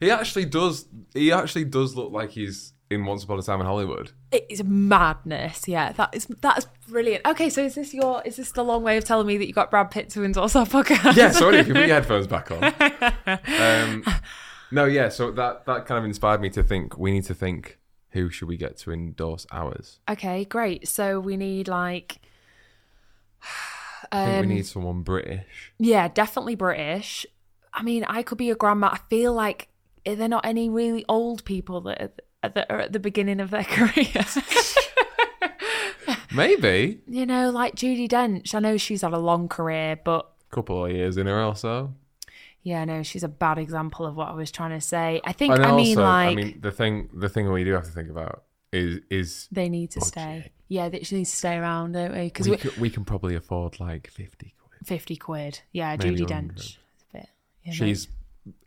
A: He actually does he actually does look like he's in Once Upon a Time in Hollywood.
D: [laughs] It's madness. Yeah, that is that is brilliant. Okay, so is this your is this the long way of telling me that you got Brad Pitt to endorse our podcast?
A: Yeah, sorry, if you put your headphones back on.
D: [laughs]
A: Um, no, yeah, so that, that kind of inspired me to think we need to think who should we get to endorse ours?
D: Okay, great. So we need like.
A: I
D: Um,
A: think we need someone British.
D: Yeah, definitely British. I mean, I could be a grandma. I feel like are there not any really old people that are, that are at the beginning of
A: [laughs]
D: their [laughs] career?
A: Maybe
D: you know, like Judy Dench. I know she's had a long career, but
A: a couple of years in her or so.
D: yeah, no, she's a bad example of what I was trying to say. I think
A: And
D: I
A: also,
D: mean like
A: I mean, the thing, the thing we do have to think about is is
D: they need to stay. Yeah, they just need to stay around, don't we? Because
A: Oh, we,
D: we
A: c- we can probably afford like fifty quid.
D: fifty quid. Yeah,
A: Maybe
D: Judy
A: 100.
D: Dench. It's a bit. you know.
A: She's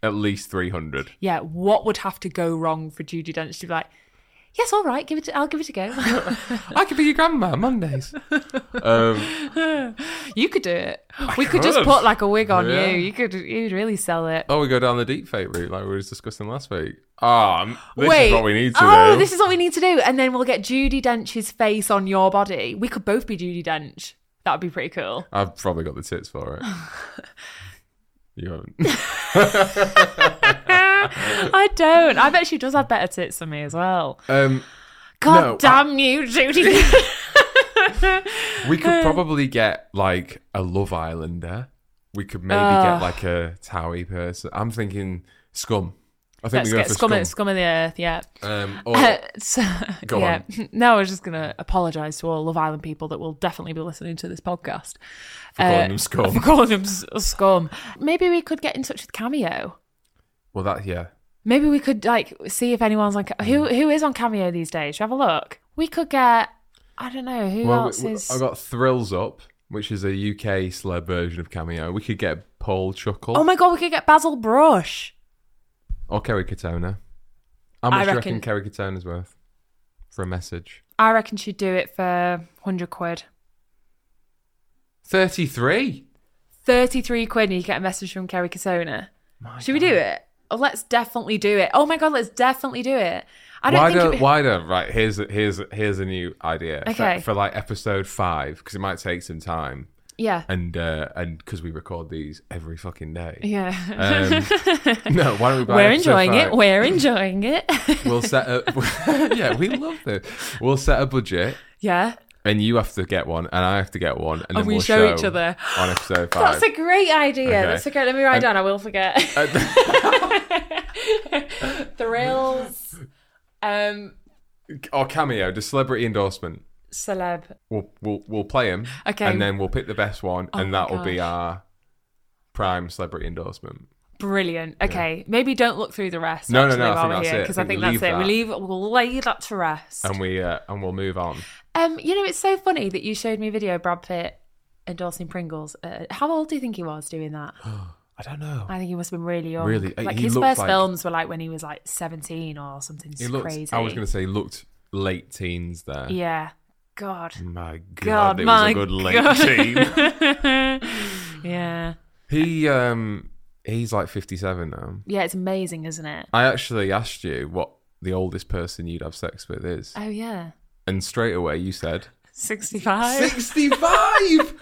A: at least three hundred.
D: yeah, what would have to go wrong for Judy Dench to be like, yes, all right, give it. I'll give it a go.
A: [laughs]
D: [laughs]
A: I could be your grandma Mondays. um,
D: You could do it. we could, just
A: could.
D: put like a wig on
A: Yeah.
D: you. You could you'd really sell it.
A: oh, we go down the deep fake route like we were discussing last week. Ah, m- this
D: Wait.
A: is what we need to
D: oh,
A: do.
D: this is what we need to do. And then we'll get Judy Dench's face on your body. We could both be Judy Dench. That would be pretty
A: [laughs]
D: cool. [laughs]
A: I've probably got the tits for it. you haven't.
D: I don't. I bet she does have better tits than me as well.
A: Um,
D: God
A: No, I-
D: damn
A: [laughs]
D: you, Judy.
A: we
D: Uh,
A: could probably get like a Love Islander. We could maybe
D: Ugh.
A: get like a Towie person. I'm thinking Scum. I think we
D: Let's
A: go
D: get
A: for
D: scum,
A: Scum.
D: of- scum of the earth. Yeah. [laughs]
A: Um, or
D: So-
A: Go
D: yeah. [laughs] No, I was just gonna apologise to all Love Island people that will definitely be listening to this podcast. For
A: calling them scum.
D: For [laughs] calling them s- scum. Maybe we could get in touch with Cameo.
A: well, that yeah.
D: Maybe we could like see if anyone's on Ca- who
A: Hmm.
D: who is on Cameo these days. Should we have a look. We could get I don't know who
A: Well,
D: else
A: we- we-
D: is.
A: I got Thrills Up, which is a UK celeb version of Cameo. We could get Paul Chuckle
D: oh my god, we could get Basil Brush.
A: or Kerry Katona. How much do you reckon
D: reckon-
A: Kerry Katona's worth for a message?
D: I reckon she'd do it for hundred quid.
A: Thirty-three.
D: Thirty three quid and you get a message from Kerry Katona. Should we do it? Oh, let's definitely do it. Oh my god, let's definitely do it. I don't
A: Why
D: think it
A: don't
D: would-
A: why don't right? Here's a- here's a- here's a new idea for-
D: Okay.
A: for, like episode five because it might take some time
D: Yeah.
A: and uh, and because we record these every fucking
D: [laughs]
A: day.
D: Yeah.
A: Um, no, why don't we? Buy episode
D: We're enjoying
A: five?
D: it. We're enjoying it. [laughs]
A: We'll set up. [laughs] yeah, we love this. We'll set a budget.
D: yeah.
A: and you have to get one, and I have to get one, and, then
D: we
A: we'll
D: show each other.
A: on episode five.
D: [laughs] That's a great idea.
A: Okay.
D: That's okay. Let me
A: [laughs]
D: write
A: And- Uh,
D: down. I
A: [laughs]
D: will forget. [laughs] Thrills. Um,
A: or cameo, just celebrity endorsement.
D: celeb.
A: We'll we'll, we'll play him,
D: Okay. Oh
A: and then we'll pick the best one, and
D: my
A: that will be our prime celebrity endorsement.
D: Brilliant. Okay. Maybe don't look through the rest.
A: No, no,
D: actually,
A: no, I
D: While
A: think
D: we're
A: that's
D: here,
A: it.
D: Because
A: I
D: I think
A: think
D: that's
A: leave
D: it. We
A: that.
D: leave. We'll lay that to rest.
A: And we uh, and we'll move on.
D: Um, you know, it's so funny that you showed me a video of Brad Pitt endorsing Pringles. Uh, how old do you think he was doing that?
A: I don't know.
D: I think he must have been really young.
A: Really? Uh,
D: like
A: he
D: his
A: looked
D: first
A: like-
D: films were like when he was like seventeen or something
A: He looked.
D: crazy.
A: I was going to say he looked late teens there.
D: Yeah. God.
A: My
D: God,
A: God, it was
D: my
A: a good late
D: God. [laughs]
A: teen.
D: Yeah.
A: he um he's like fifty seven now.
D: Yeah, it's amazing, isn't it?
A: I actually asked you what the oldest person you'd have sex with is,
D: Oh yeah.
A: and straight away you
D: [laughs]
A: said
D: 65. [laughs]
A: 65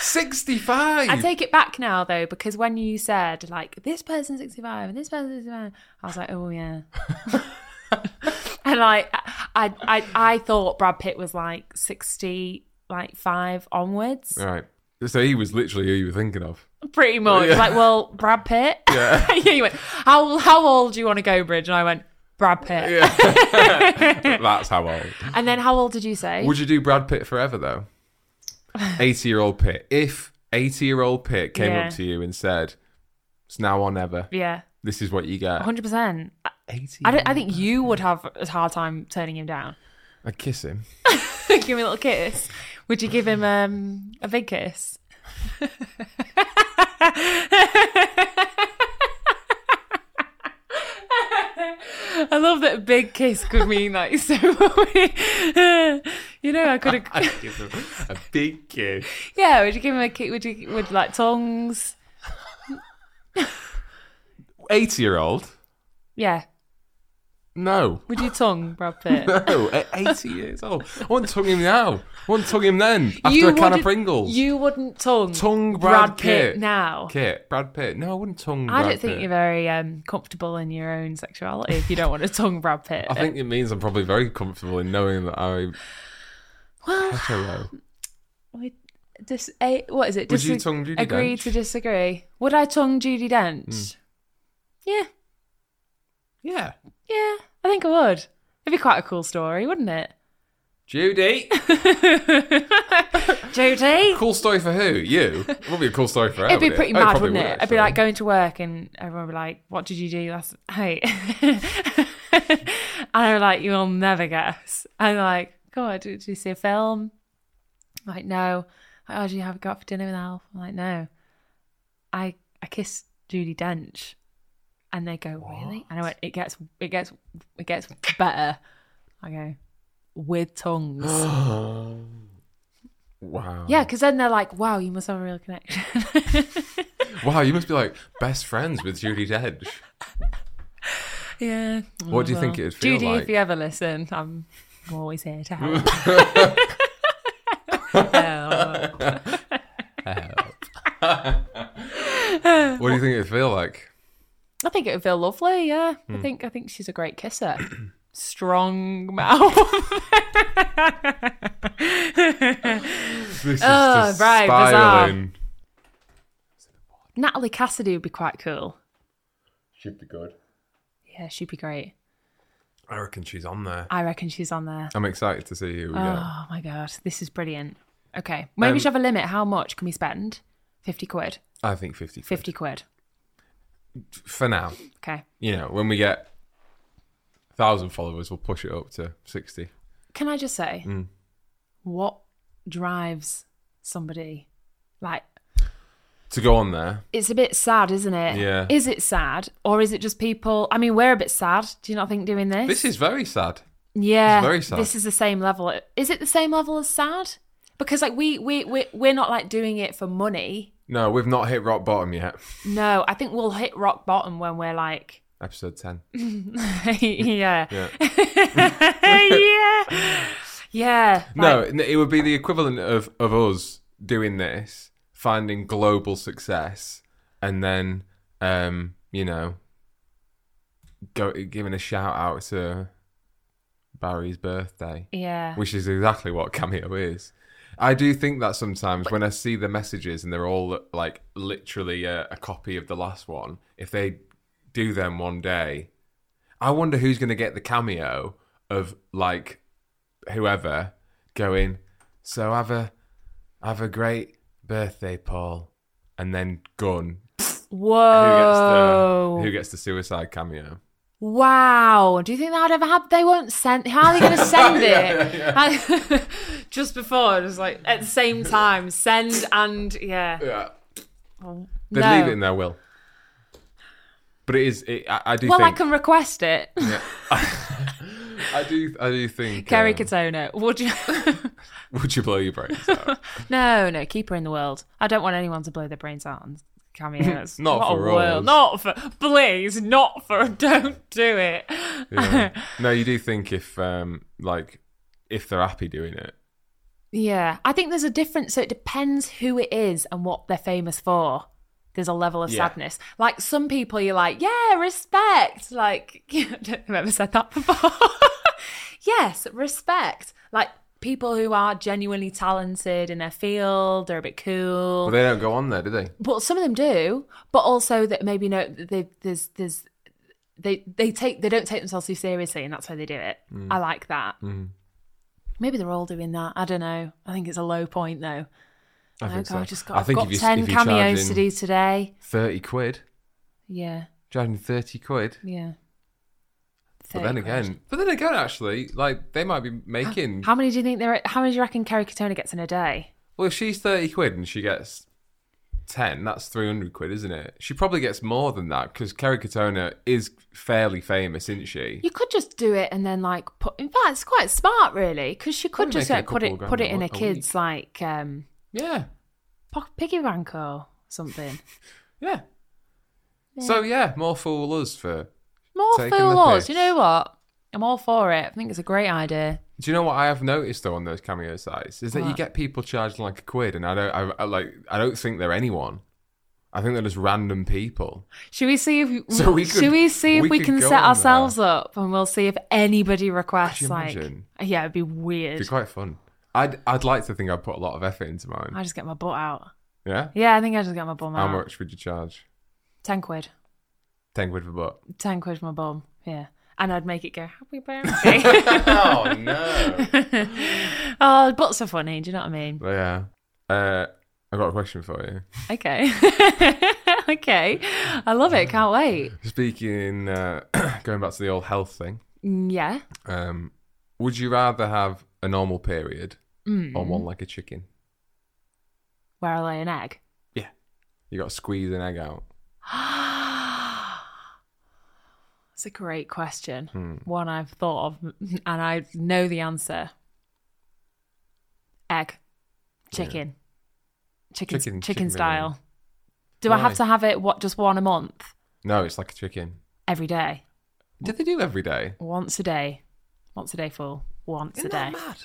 A: 65
D: I take it back now though because when you said like this person's 65 and this person's 65 I was like oh yeah. [laughs] and like I, I I thought Brad Pitt was like 60 like 5 onwards
A: all right so he was literally who you were thinking of
D: [laughs] pretty much
A: Yeah.
D: like well Brad Pitt. [laughs] Yeah. you went how how old do you want to go Bridge and I went Brad Pitt.
A: that's how old
D: And then how old did you say?
A: would you do brad pitt forever
D: [laughs]
A: though 80 year old pitt if 80 year old pitt came
D: Yeah.
A: up to you and said it's now or never
D: yeah.
A: this is what you get
D: 100%.
A: 80
D: I, don't, I think you would have a hard time turning him down. [laughs]
A: i'd kiss him
D: give him a little kiss. Would you give him um, a big kiss? [laughs] I love that a big kiss could mean like so. [laughs] you know, I could have.
A: give him a big kiss
D: Yeah, would you give him a kiss? Would you would like tongs?
A: 80 year old
D: Yeah,
A: No.
D: Would you tongue Brad
A: [laughs]
D: Pitt?
A: No, at 80 years old. I wouldn't tongue him now. I wouldn't tongue him then after a can of
D: wouldn't-
A: Pringles.
D: You wouldn't tongue
A: tongue Brad,
D: Pitt, now.
A: Kit, Brad Pitt. No, I wouldn't tongue
D: I
A: Brad
D: don't think
A: Pitt.
D: you're very um, comfortable in your own sexuality if you don't want to tongue Brad Pitt.
A: I think it means I'm probably very comfortable in knowing that
D: [sighs]
A: I'm
D: well,
A: hetero.
D: we dis- eh, what is it?
A: Would you tongue Judi
D: agree
A: Dench? Hmm.
D: to disagree. Would I tongue Judy Dench? Yeah,
A: Yeah.
D: yeah, I think I would. It'd be quite a cool story, wouldn't it? [laughs]
A: Judy.
D: Judy.
A: cool story for who?
D: [laughs]
A: You. It would be a cool story for her.
D: It'd be
A: wouldn't
D: pretty
A: it? Oh,
D: mad,
A: probably
D: wouldn't it?
A: would,
D: I'd
A: actually.
D: be like going to work and everyone would be like, What did you do last [laughs] night? and I'm like, You'll never guess. I'm like, God, did, did you see a film? I'm like, no. Like, oh, did you have got for dinner with Alf? I'm like, no. I I kissed Judy Dench. And they go, Really? And I went, It gets it gets it gets better. I go, with
A: [gasps]
D: tongues.
A: [gasps] wow.
D: yeah, because then they're like, Wow, you must have a real connection. [laughs]
A: Wow, you must be like best friends with Judy Dench.
D: Yeah.
A: What do you think it'd feel
D: Judy,
A: like?
D: if you ever listen, I'm, I'm always here
A: [laughs]
D: to help. [laughs] Help.
A: What do you think it'd feel
D: [laughs]
A: like?
D: I think it would feel lovely. Yeah,
A: Hmm.
D: I think I think she's a great kisser. [clears throat] Strong mouth. [laughs]
A: This is
D: Oh,
A: just
D: right, bizarre.
A: spiraling.
D: Natalie Cassidy would be quite cool.
A: Should be good.
D: Yeah, she'd be great.
A: I reckon she's on there.
D: I reckon she's on there.
A: I'm excited to see who we get.
D: Oh my god, this is brilliant. Okay, maybe
A: Um,
D: we should have a limit. How much can we spend? Fifty quid.
A: I think 50 quid.
D: Fifty quid.
A: For now.
D: Okay.
A: You know, when we get 1,000 followers, we'll push it up to 60.
D: Can I just say,
A: Mm.
D: what drives somebody like
A: To go on there,
D: it's a bit sad, isn't it?
A: Yeah.
D: Is it sad, or is it just people? I mean, we're a bit sad. Do you not think doing this?
A: this is very sad.
D: yeah,
A: it's very sad.
D: This is the same level. Is it the same level as sad? Because like we we we we're not like doing it for money.
A: No, we've not hit rock bottom yet.
D: No, I think we'll hit rock bottom when we're like, [laughs]
A: Episode 10.
D: yeah,
A: Yeah.
D: [laughs] yeah,
A: [laughs]
D: yeah.
A: No,
D: like-
A: n- it would be the equivalent of, of us doing this, finding global success, and then, um, you know, go giving a shout out to Barry's birthday,
D: yeah.
A: which is exactly what Cameo is. I do think that sometimes when I see the messages and they're all like literally a, a copy of the last one, if they do them one day, I wonder who's going to get the cameo of like whoever going. So have a have a great birthday, Paul, and then gun. Who gets
D: Whoa.
A: the who gets the suicide cameo?
D: Wow. Do you think that would ever happen? They won't send. How are they going
A: [laughs]
D: to send it? I- [laughs] just before, it was like at the same time, send and yeah.
A: Yeah, they
D: no.
A: leave it in their will. But it is. It, I, I do.
D: well, I
A: think,
D: can request it.
A: [laughs] I do. I do think.
D: [laughs] Kerry
A: um,
D: Katona, would you?
A: [laughs]
D: [laughs]
A: Would you blow your brains out?
D: no, no, keep her in the world. I don't want anyone to blow their brains out on
A: [laughs]
D: cameo. That's
A: Not
D: what
A: for
D: a
A: us.
D: world. Not for please, not for. [laughs] Don't do it. [laughs]
A: Yeah. no, you do think if um like if they're happy doing it.
D: Yeah, I think there's a difference. So it depends who it is and what they're famous for. There's a level of
A: Yeah.
D: sadness. Like some people, you're like, yeah, respect. Like, [laughs] I don't think I've ever said that before. [laughs] yes, respect. Like people who are genuinely talented in their field, they're a bit cool
A: But they don't go on there, do they?
D: well some of them do but also that maybe no they, there's there's they they take they don't take themselves too seriously and that's why they do it
A: Mm.
D: i like that maybe they're all doing that i don't know i think it's a low point though
A: I
D: oh
A: think
D: god
A: so.
D: i just got,
A: I think
D: I've
A: if you,
D: got
A: s-
D: 10
A: if you
D: cameos
A: charge
D: to
A: in
D: do today
A: thirty quid,
D: yeah
A: charging thirty quid.
D: yeah
A: But then again, but then again, actually, like they might be making.
D: how many do you think there are how many do you reckon kerry katona gets in a day
A: Well, if she's thirty quid and she gets ten, that's three hundred quid, isn't it? She probably gets more than that because Kerry Katona is fairly famous, isn't she?
D: you could just do it and then like put in fact it's quite smart really because she could
A: Probably
D: just
A: make it
D: like,
A: a
D: put
A: couple
D: it
A: grand
D: put it
A: a
D: in
A: wo-
D: a
A: a week.
D: kid's like um
A: Yeah,
D: po- piggy bank or
A: [laughs]
D: something.
A: yeah. So yeah, more fool us for
D: More
A: Taking
D: fool
A: the
D: us.
A: piss.
D: You know what? I'm all for it. I think it's a great idea.
A: Do you know what I have noticed though on those cameo sites is that you get people charged like a quid, and I don't, I, I like, I don't think they're anyone. I think they're just random people.
D: Should we see if
A: So we
D: should
A: could-
D: we see if
A: we
D: we,
A: could
D: can
A: go
D: set
A: on
D: ourselves up and we'll see if anybody requests
A: Could you
D: like
A: imagine?
D: yeah, it'd be weird.
A: It'd be quite fun. I'd, I'd like to think I put a lot of effort into mine.
D: I just get my butt out.
A: yeah.
D: Yeah, I think I just get my bum
A: How
D: out.
A: much would you charge?
D: Ten quid.
A: Ten quid for [laughs] butt.
D: Ten quid for my bum. Yeah. And I'd make it go
A: [laughs]
D: happy birthday.
A: oh no.
D: [laughs] oh, butts are funny. Do you know what I mean?
A: Yeah. Uh, I got a question for you.
D: Okay. [laughs] okay. I love it. Can't wait.
A: Speaking, uh, [coughs] going back to the old health thing,
D: Mm, Yeah.
A: um, would you rather have a normal period
D: Hmm.
A: or one like a chicken?
D: Where I lay an egg.
A: Yeah. You got to squeeze an egg out.
D: [gasps] That's a great question.
A: Hmm.
D: One I've thought of and I know the answer. Egg. Chicken. Chicken,
A: Chicken-
D: chicken,
A: chicken
D: style.
A: biryani.
D: Do I
A: Why?
D: have to have it what just one a month?
A: No, it's like a chicken.
D: Every day.
A: Do they do every day?
D: Onst a day. Once a day full. Once a day.
A: mad?
D: [laughs]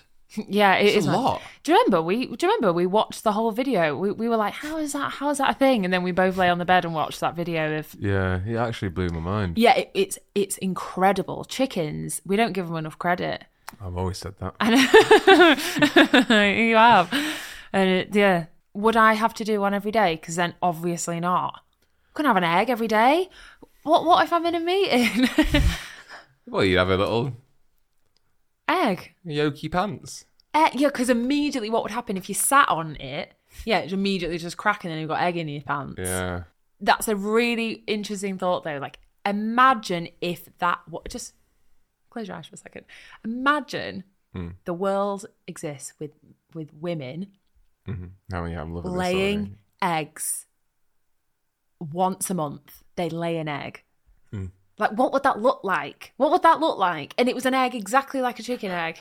D: Yeah, it
A: It's a
D: is mad.
A: lot.
D: Do you remember we? Do you remember we watched the whole video? We, we were like, "How is that? How is that a thing?" And then we both lay on the bed and watched that video of.
A: Yeah, it actually blew my mind.
D: Yeah, it, it's it's incredible. Chickens, we don't give them enough credit. [laughs]
A: I've always said that.
D: I know [laughs] you have, and it, yeah. Would I have to do one every day? Because then obviously not. Couldn't have an egg every day. What what if I'm in a meeting? [laughs]
A: Well, you'd have a little
D: egg.
A: yoki pants.
D: Eh, yeah, because immediately what would happen if you sat on it? Yeah, it's immediately just cracking, and you've got egg in your pants.
A: Yeah.
D: That's a really interesting thought, though. Like, imagine if that. What? Just close your eyes for a second. Imagine
A: Hmm.
D: the world exists with with women
A: Oh yeah, I'm loving this.
D: laying eggs once a month. They lay an egg.
A: Hmm.
D: Like, what would that look like? What would that look like? And it was an egg exactly like a chicken egg.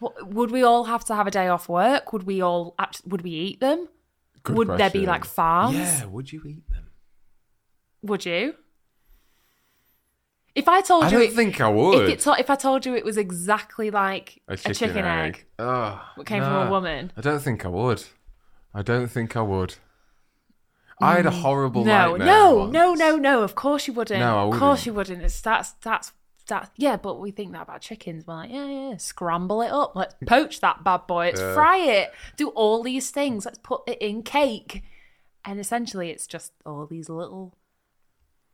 D: What, would we all have to have a day off work? Would we all? act- Would we eat them?
A: already. Good
D: would there be
A: question.
D: like farms?
A: Yeah, would you eat them?
D: Would you? If I told
A: I
D: you,
A: don't
D: it-
A: think I
D: if
A: would.
D: it to- if I told you it was exactly like a chicken, egg,
A: Ugh,
D: what came from
A: nah.
D: a woman,
A: I don't think I would. I don't think I would. I had a horrible
D: Mm. no,
A: nightmare.
D: no,
A: once.
D: no, no, no. Of course you wouldn't.
A: No, I
D: Of
A: wouldn't.
D: course you wouldn't. It's that's that's that's yeah. But we think that about chickens. We're like, yeah, yeah. yeah, Scramble it up. Let's poach that bad boy. Let's fry it. Do all these things. Let's put it in cake. And essentially, it's just all these little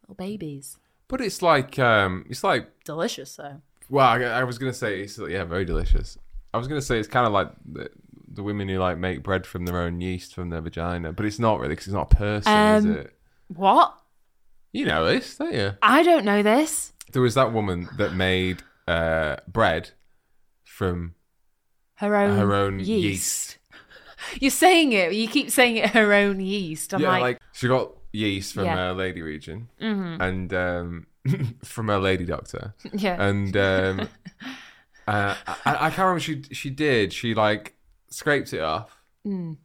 D: little babies.
A: But it's like um, it's like
D: Delicious, though.
A: Well, I, I was gonna say it's yeah, very delicious. I was gonna say it's kind of like the, the women who like make bread from their own yeast from their vagina, but it's not really because it's not a person,
D: Um,
A: is it?
D: What?
A: You know this, don't you?
D: I don't know this.
A: There was that woman that made uh, bread from
D: Her own
A: her own yeast.
D: [laughs] You're saying it. You keep saying it. Her own yeast. I'm
A: yeah, like,
D: like, mm-hmm.
A: she got yeast from
D: Yeah. Mm.
A: her lady region and um, [laughs] from her lady
D: [laughs]
A: doctor.
D: yeah.
A: and um,
D: [laughs]
A: uh, I, I can't remember she she did. She like scraped it off and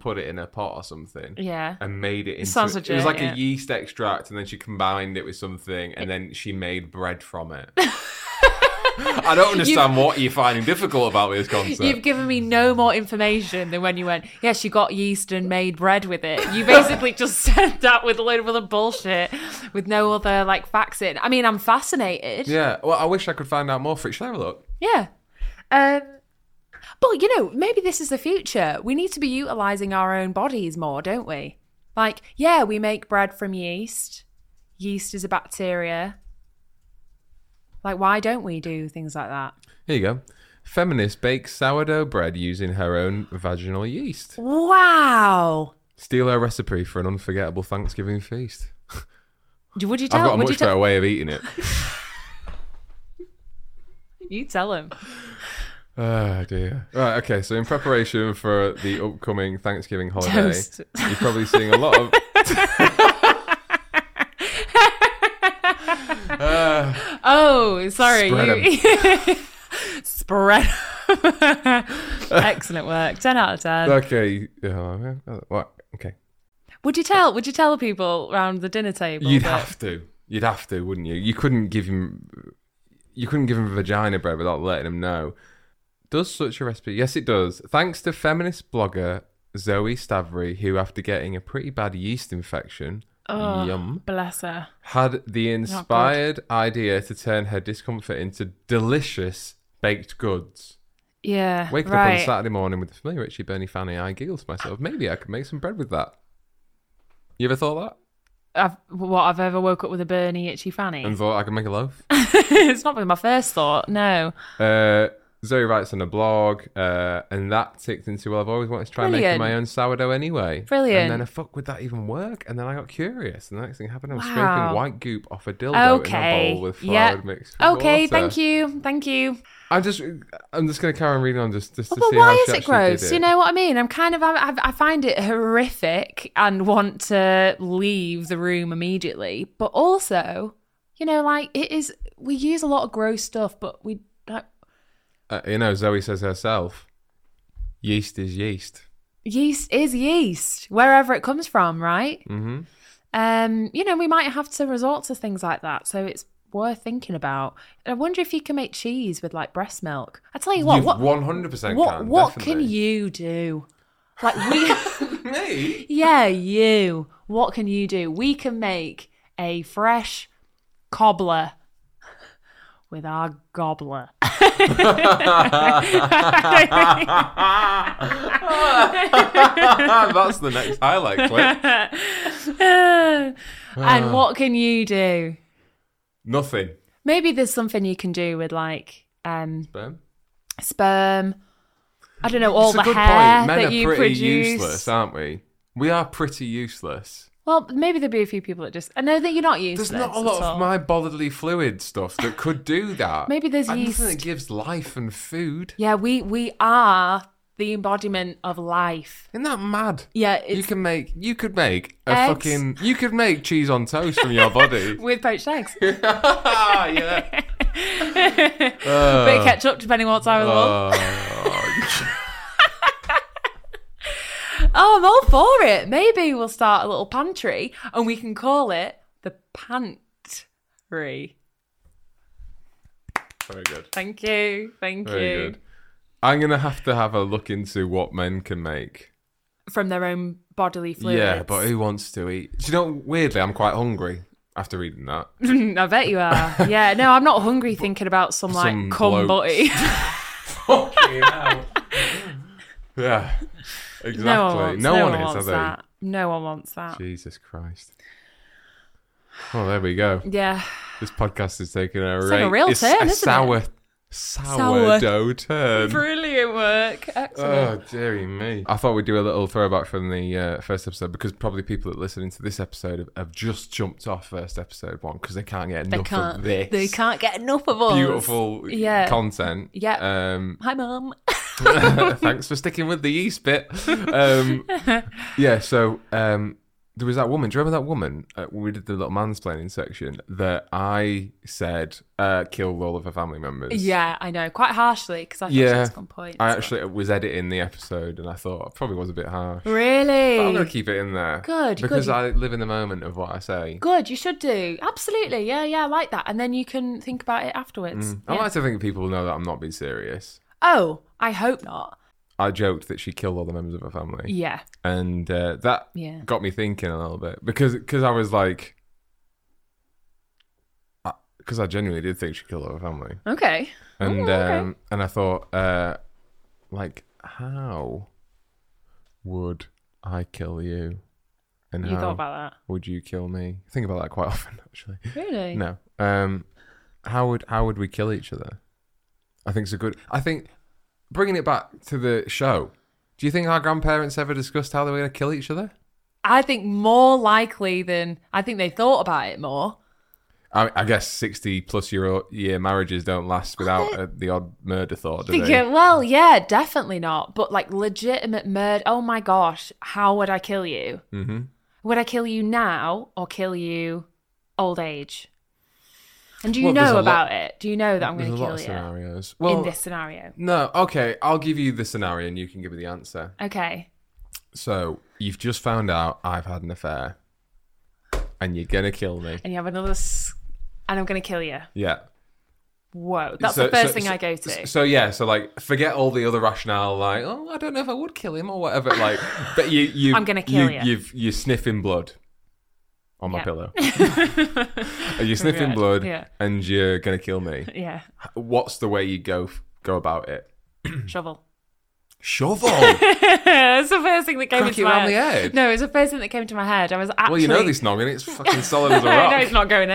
A: put it in a pot or something.
D: Mm, Yeah.
A: and made it into.
D: sounds
A: it was
D: legit,
A: like
D: yeah.
A: a yeast extract, and then she combined it with something, and then she made bread from
D: [laughs]
A: it. I don't understand what you're finding difficult about this concept.
D: [laughs] You've given me no more information than when you went, yeah, she got yeast and made bread with it. You basically [laughs] just said that with a load of other bullshit with no other like facts in. I mean, I'm fascinated.
A: yeah, well, I wish I could find out more for it. Shall I have a look?
D: Yeah. Um, but you know, maybe this is the future. We need to be utilizing our own bodies more, don't we? Like, yeah, we make bread from yeast. Yeast is a bacteria. Like, why don't we do things like that?
A: Here you go. Feminist bakes sourdough bread using her own vaginal yeast.
D: Wow.
A: Steal her recipe for an unforgettable Thanksgiving feast.
D: Would you
A: I've
D: tell?
A: got a
D: would you
A: much better
D: tell?
A: way of eating it.
D: You tell him.
A: Oh dear. Right, okay, so in preparation for the upcoming Thanksgiving holiday,
D: Toast.
A: you're probably seeing a lot
D: [laughs]
A: of
D: Oh, sorry.
A: Spread
D: you- [laughs] Spread. [laughs] Excellent work. Ten out of ten.
A: Okay. uh, what? Okay.
D: Would you tell? Would you tell people round the dinner table?
A: You'd
D: that-
A: have to. You'd have to, wouldn't you? You couldn't give him you couldn't give him vagina bread without letting him know. Does such a recipe? Yes, it does. Thanks to feminist blogger Zoe Stavry, who, after getting a pretty bad yeast infection, yum,
D: Bless her.
A: had the inspired idea to turn her discomfort into delicious baked goods.
D: Yeah.
A: Waking
D: right.
A: up on Saturday morning with the familiar Richie Bernie Fanny, I giggle to myself, maybe I could make some bread with that. You ever thought that?
D: I've, what I've ever woke up with a Bernie itchy fanny.
A: And thought I could make a loaf?
D: [laughs] it's not been my first thought. No.
A: Uh, Zoe writes on a blog, uh, and that ticked into, well, I've always wanted to try making
D: Brilliant.
A: my own sourdough anyway.
D: Brilliant.
A: And then I fuck, would that even work? And then I got curious, and the next thing happened, I was
D: Wow.
A: scraping white goop off a dildo in a
D: Okay.
A: bowl with
D: Yeah.
A: flour mixed with
D: Okay.
A: water.
D: Thank you. Thank you.
A: I'm just, I'm just going to carry on reading on just, just to
D: But
A: see how
D: why
A: she
D: is it
A: actually did
D: gross? You know what I mean? I'm kind of, I, I- I find it horrific and want to leave the room immediately. But also, you know, like it is, we use a lot of gross stuff, but we don't.
A: Uh, you know, Zoe says herself, yeast is yeast.
D: Yeast is yeast, wherever it comes from, right?
A: Mm-hmm.
D: Um, you know, we might have to resort to things like that, so it's worth thinking about. I wonder if you can make cheese with like breast milk. I tell you what,
A: You've
D: what
A: 100%
D: what
A: can.
D: what
A: definitely. [laughs]
D: can you do? Like we [laughs]
A: Me?
D: Yeah, you. What can you do? We can make a fresh cobbler with our
A: [laughs]
D: gobbler. [laughs]
A: Ah, That's the next highlight [laughs] clip. Ah.
D: and what can you do?
A: Nothing.
D: Maybe there's something you can do with like um
A: Ben?
D: sperm. I don't know all
A: It's
D: the
A: a good
D: hair
A: point. Men
D: that
A: are
D: you
A: pretty
D: produce.
A: useless, aren't we? We are pretty useless.
D: Well, maybe there'd be a few people that just. I know that you're not useless.
A: There's not a
D: at
A: lot
D: all.
A: of my bodily fluid stuff that could do that.
D: [laughs] Maybe there's
A: And nothing
D: yeast.
A: that gives life and food.
D: Yeah, we we are the embodiment of life.
A: Isn't that mad?
D: Yeah,
A: you
D: it's
A: can make you could make a
D: Eggs.
A: fucking you could make cheese on toast from your
D: [laughs]
A: body.
D: with
A: [laughs]
D: poached eggs.
A: ah, [laughs] yeah. Uh,
D: Bit of ketchup, depending on what time of the month.
A: Oh,
D: Oh, I'm all for it. Maybe we'll start a little pantry and we can call it the pantry.
A: [laughs] very good.
D: Thank you. Thank
A: Very
D: you.
A: good. I'm gonna have to have a look into what men can make.
D: From their own bodily fluids.
A: Yeah, but who wants to eat? Do you know? Weirdly, I'm quite hungry after reading that. [laughs]
D: [clears throat] I bet you are. Yeah, no, I'm not hungry thinking about some like
A: Some
D: cum
A: blokes.
D: butty.
A: yeah, exactly.
D: [laughs] [laughs] no one wants, no one
A: is,
D: wants
A: are they?
D: that. No one wants that.
A: Jesus Christ. Well, there we go. [laughs]
D: Yeah.
A: This podcast is taking a,
D: like a
A: right-
D: real
A: it's
D: turn, isn't it?
A: sour, sourdough turn.
D: Brilliant work. Excellent.
A: Oh, dearie me. I thought we'd do a little throwback from the uh, first episode because probably people that listening to this episode have, have just jumped off first episode one because they can't get
D: they
A: enough
D: can't.
A: of this.
D: They can't get enough of us.
A: Beautiful
D: Yeah.
A: content.
D: Yep.
A: Um, [laughs]
D: Hi, mum.
A: thanks for sticking with the yeast bit.
D: [laughs]
A: Um, yeah, so um, there was that woman. Do you remember that woman uh, when we did the little mansplaining section that I said uh, killed all of her family members?
D: [laughs] Yeah, I know. Quite harshly because I thought she
A: Yeah.
D: was on point.
A: I
D: as well.
A: actually was editing the episode and I thought I probably was a bit harsh. But I'm
D: [laughs] Really?
A: gonna keep it in there.
D: Good,
A: Because
D: good.
A: I live in the moment of what I say.
D: Good, you should do. Absolutely. Yeah, yeah, I like that. And then you can think about it afterwards.
A: Mm. I
D: Yeah.
A: like to think people know that I'm not being serious.
D: Oh, I hope not.
A: I joked that she killed all the members of her family,
D: Yeah.
A: and uh, that
D: Yeah.
A: got me thinking a little bit because cause I was like, because I, genuinely did think she killed all her family,
D: Okay.
A: and
D: Oh, okay.
A: um, and I thought, uh, like, how would I kill you, and
D: You
A: how
D: thought about
A: would you kill me? I think about that quite [laughs] often, actually.
D: that. Really?
A: No. Um, how would how would we kill each other? I think it's a good. I think bringing it back to the show. Do you think our grandparents ever discussed how they were going to kill each other?
D: I think more likely than I think they thought about it more.
A: I, I guess sixty plus year year marriages don't last without uh, the odd murder thought, do
D: Thinking,
A: they?
D: well, yeah, definitely not. But like legitimate murder. Oh my gosh, how would I kill you? Mm-hmm. Would I kill you now or kill you old age? And do you
A: Well, there's
D: know
A: a
D: about
A: lot-
D: it? Do you know that I'm
A: There's
D: going
A: a
D: to
A: lot of
D: kill you
A: scenarios.
D: in
A: Well,
D: this scenario?
A: no, okay. I'll give you the scenario, and you can give me the answer.
D: Okay.
A: So you've just found out I've had an affair, and you're gonna kill me.
D: And you have another, s- and I'm going to kill you.
A: Yeah.
D: whoa, that's
A: So-
D: the first
A: so-
D: thing
A: so-
D: I go to. [laughs]
A: So yeah, so like forget all the other rationale, like oh, I don't know if I would kill him or whatever.
D: [laughs]
A: Like, but you, you,
D: I'm gonna kill
A: you.
D: ya.
A: You've, you're sniffing blood on my
D: Yeah. [laughs]
A: pillow. you're sniffing
D: Weird.
A: blood,
D: Yeah.
A: and you're gonna kill
D: [laughs]
A: me. [clears throat]
D: yeah,
A: What's the way you go f- go about it?
D: shovel. [laughs]
A: Shovel.
D: it's the first thing that came
A: Crack
D: into
A: it
D: my
A: round
D: head.
A: the head.
D: No, it's the first thing that came to my head. I was actually.
A: well, you
D: [laughs]
A: know this noggin; it's fucking solid as a
D: I
A: rock.
D: know it's not going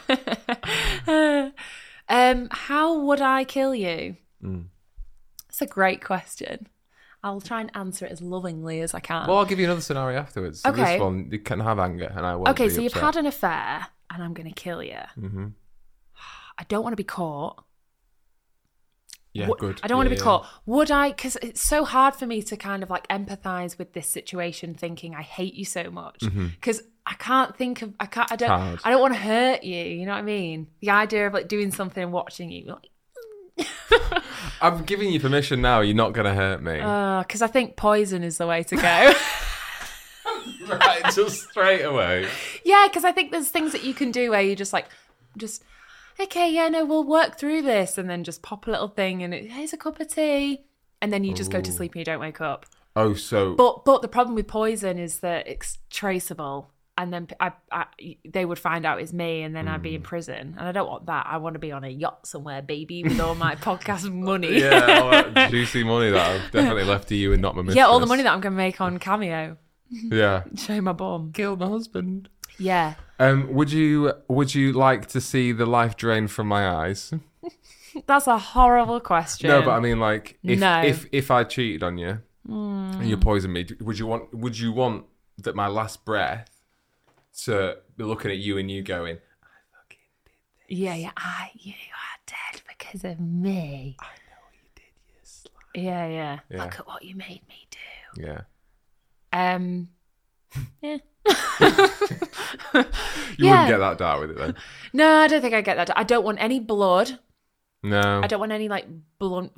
A: [laughs]
D: anywhere. [laughs] um, how would I kill you?
A: Mm.
D: It's a great question. I'll try and answer it as lovingly as I can.
A: Well, I'll give you another scenario afterwards. So
D: Okay.
A: This one you can have anger, and I won't.
D: okay,
A: be
D: so you've
A: upset. Mm-hmm.
D: had an affair, and I'm going to kill you. I don't want to be caught.
A: yeah,
D: Wo-
A: good.
D: I don't want to
A: Yeah,
D: be
A: yeah.
D: caught. Would I? Because it's so hard for me to kind of like empathize with this situation, thinking I hate you so much
A: Mm-hmm.
D: because I can't think of I can't I don't
A: Hard.
D: I don't want to hurt you. You know what I mean? The idea of like doing something and watching you, like
A: I'm giving you permission now. You're not gonna hurt me.
D: because I think poison is the way to go.
A: [laughs] right, just straight away.
D: yeah, because I think there's things that you can do where you just like just. Okay, yeah, no, we'll work through this, and then just pop a little thing, and it, here's a cup of tea, and then you just go to sleep and you don't wake up.
A: Oh, so
D: But but the problem with poison is that it's traceable, and then I, I they would find out it's me, and then I'd
A: Mm.
D: be in prison, and I don't want that. I want to be on a yacht somewhere, baby, with
A: [laughs]
D: all my podcast
A: [laughs]
D: money.
A: yeah, oh, uh, all that juicy money that I've definitely left to you and not my mistress.
D: [laughs] Yeah, all the money that I'm going to make on Cameo.
A: yeah,
D: Show my bum.
A: kill my husband.
D: Yeah.
A: Um, would you would you like to see the life drain from my eyes?
D: That's a horrible question.
A: No, but I mean, like, if
D: No. Hmm.
A: if if I cheated on you and you poisoned me, would you want would you want that my last breath to be looking at you and you going,
D: Yeah, yeah. I, you are dead because of me. I know what you did, you Yeah, yeah,
A: Yeah.
D: Look at what you made me do.
A: yeah?
D: Um, [laughs] yeah. [laughs]
A: You
D: Yeah.
A: wouldn't get that dark with it
D: [laughs]
A: then.
D: No, I don't think I get that. I don't want any blood.
A: No,
D: I don't want any like blunt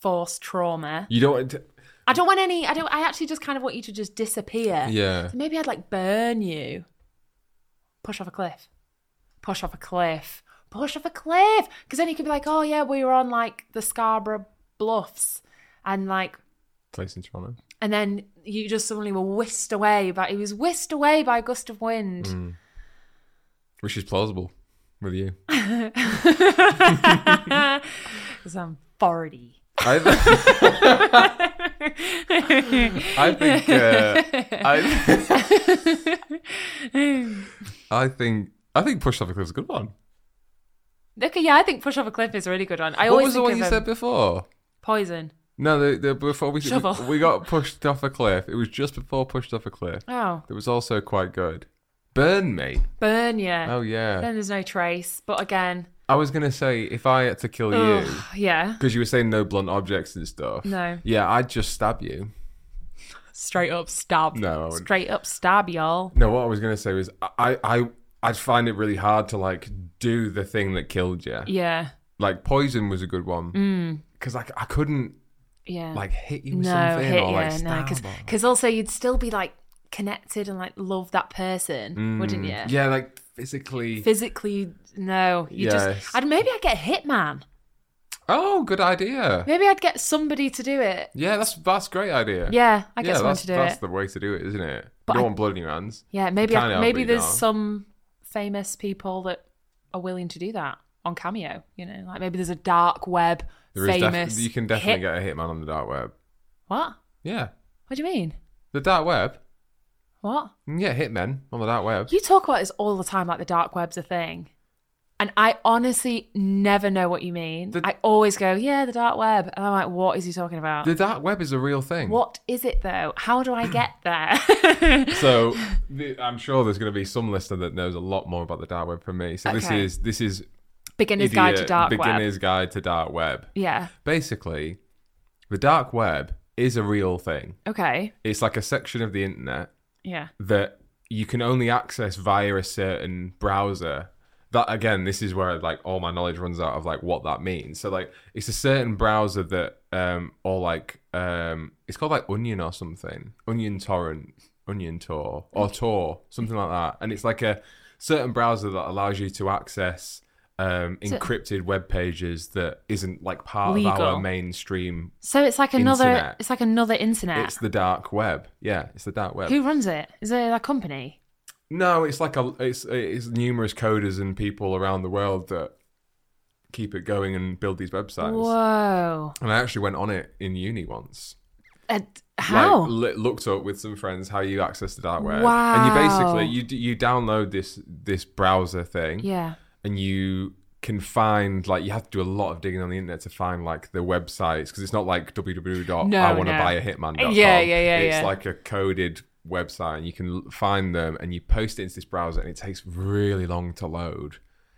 D: force trauma.
A: you don't. want to-
D: I don't want any. I don't. I actually just kind of want you to just disappear.
A: Yeah,
D: So maybe I'd like burn you. Push off a cliff. Push off a cliff. Push off a cliff. Because then you could be like, oh yeah, we were on like the Scarborough Bluffs, and like,
A: place in Toronto.
D: and then you just suddenly were whisked away. But he was whisked away by a gust of wind.
A: Which is plausible with
D: [laughs]
A: you.
D: Because I'm forty.
A: I, [laughs] th- I think.
D: [laughs]
A: Uh, I, [laughs] I think. I think push off a cliff is a good one.
D: Okay, yeah, I think push off a cliff is a really good one. I
A: What
D: always
A: was the
D: think
A: one
D: of
A: you
D: um,
A: said before?
D: poison.
A: No, the, the, before we,
D: Shovel.
A: we we got pushed off a cliff. It was just before pushed off a cliff.
D: Oh,
A: It was also quite good. Burn me.
D: burn yeah.
A: Oh yeah.
D: Then there's no trace. But again, [sighs]
A: I was gonna say if I had to kill you
D: ugh, yeah,
A: because you were saying no blunt objects and stuff.
D: No.
A: Yeah, I'd just stab you.
D: straight up stab.
A: No, I wouldn't.
D: straight up stab, y'all.
A: No, what I was gonna say was I I I'd find it really hard to like do the thing that killed you.
D: Yeah, Mm.
A: Like poison was a good one because I, c- I couldn't
D: yeah.
A: like hit you with
D: no,
A: something
D: hit
A: or like
D: yeah, no,
A: stab.
D: because
A: or-
D: also you'd still be like connected and like love that person, wouldn't you?
A: Mm, yeah, like physically.
D: Physically, no. You
A: Yes.
D: just, I'd maybe I'd get hitman.
A: oh, good idea.
D: Maybe I'd get somebody to do it.
A: Yeah, that's that's a great idea.
D: Yeah, I get
A: yeah,
D: someone
A: that's,
D: to do
A: that's
D: it.
A: the way to do it, isn't it? you
D: But
A: don't
D: I-
A: want blood in your hands.
D: Yeah, maybe
A: can't
D: I,
A: help
D: maybe
A: it,
D: there's
A: no.
D: some famous people that are willing to do that on Cameo. You know, like maybe there's a dark web
A: There is defi-
D: famous.
A: you can definitely
D: hit-
A: get a hitman on the dark web.
D: what?
A: Yeah,
D: What do you mean?
A: the dark web.
D: What?
A: You can get hitmen on the dark web.
D: You talk about this all the time, like the dark web's a thing, and I honestly never know what you mean.
A: The-
D: I always go, yeah, the dark web, and I'm like, what is he talking about?
A: The dark web is a real thing.
D: what is it though? How do
A: [clears throat]
D: I get there?
A: So the, I'm sure there's going to be some listener that knows a lot more about the dark web from me. So this
D: Okay.
A: is this is
D: [laughs] Beginner's Guide to
A: idiot
D: Dark Web.
A: beginner's guide to dark web.
D: Yeah.
A: Basically, the dark web is a real thing.
D: Okay.
A: It's like a section of the internet
D: Yeah.
A: that you can only access via a certain browser. That again, this is where like all my knowledge runs out of like what that means. So like it's a certain browser that um or like um it's called like Onion or something. Onion Torrent, Onion Tor or Tor, something like that. And it's like a certain browser that allows you to access um, encrypted web pages that isn't like part of
D: Legal.
A: our mainstream.
D: So it's like another.
A: Internet.
D: It's like another internet.
A: It's the dark web. Yeah, it's the dark web.
D: Who runs it? Is it a company?
A: No, it's like a it's it's numerous coders and people around the world that keep it going and build these websites.
D: Whoa.
A: And I actually went on it in uni once.
D: Uh, how?
A: Like, li- looked up with some friends how you access the dark web.
D: Wow.
A: And you basically you d- you download this this browser thing
D: yeah.
A: and you can find like you have to do a lot of digging on the internet to find like the websites because it's not like www.
D: No,
A: I want to
D: no.
A: buy a hitman.
D: Yeah, yeah, yeah,
A: It's
D: yeah.
A: like a coded website, and you can l- find them and you post it into this browser, and it takes really long to load.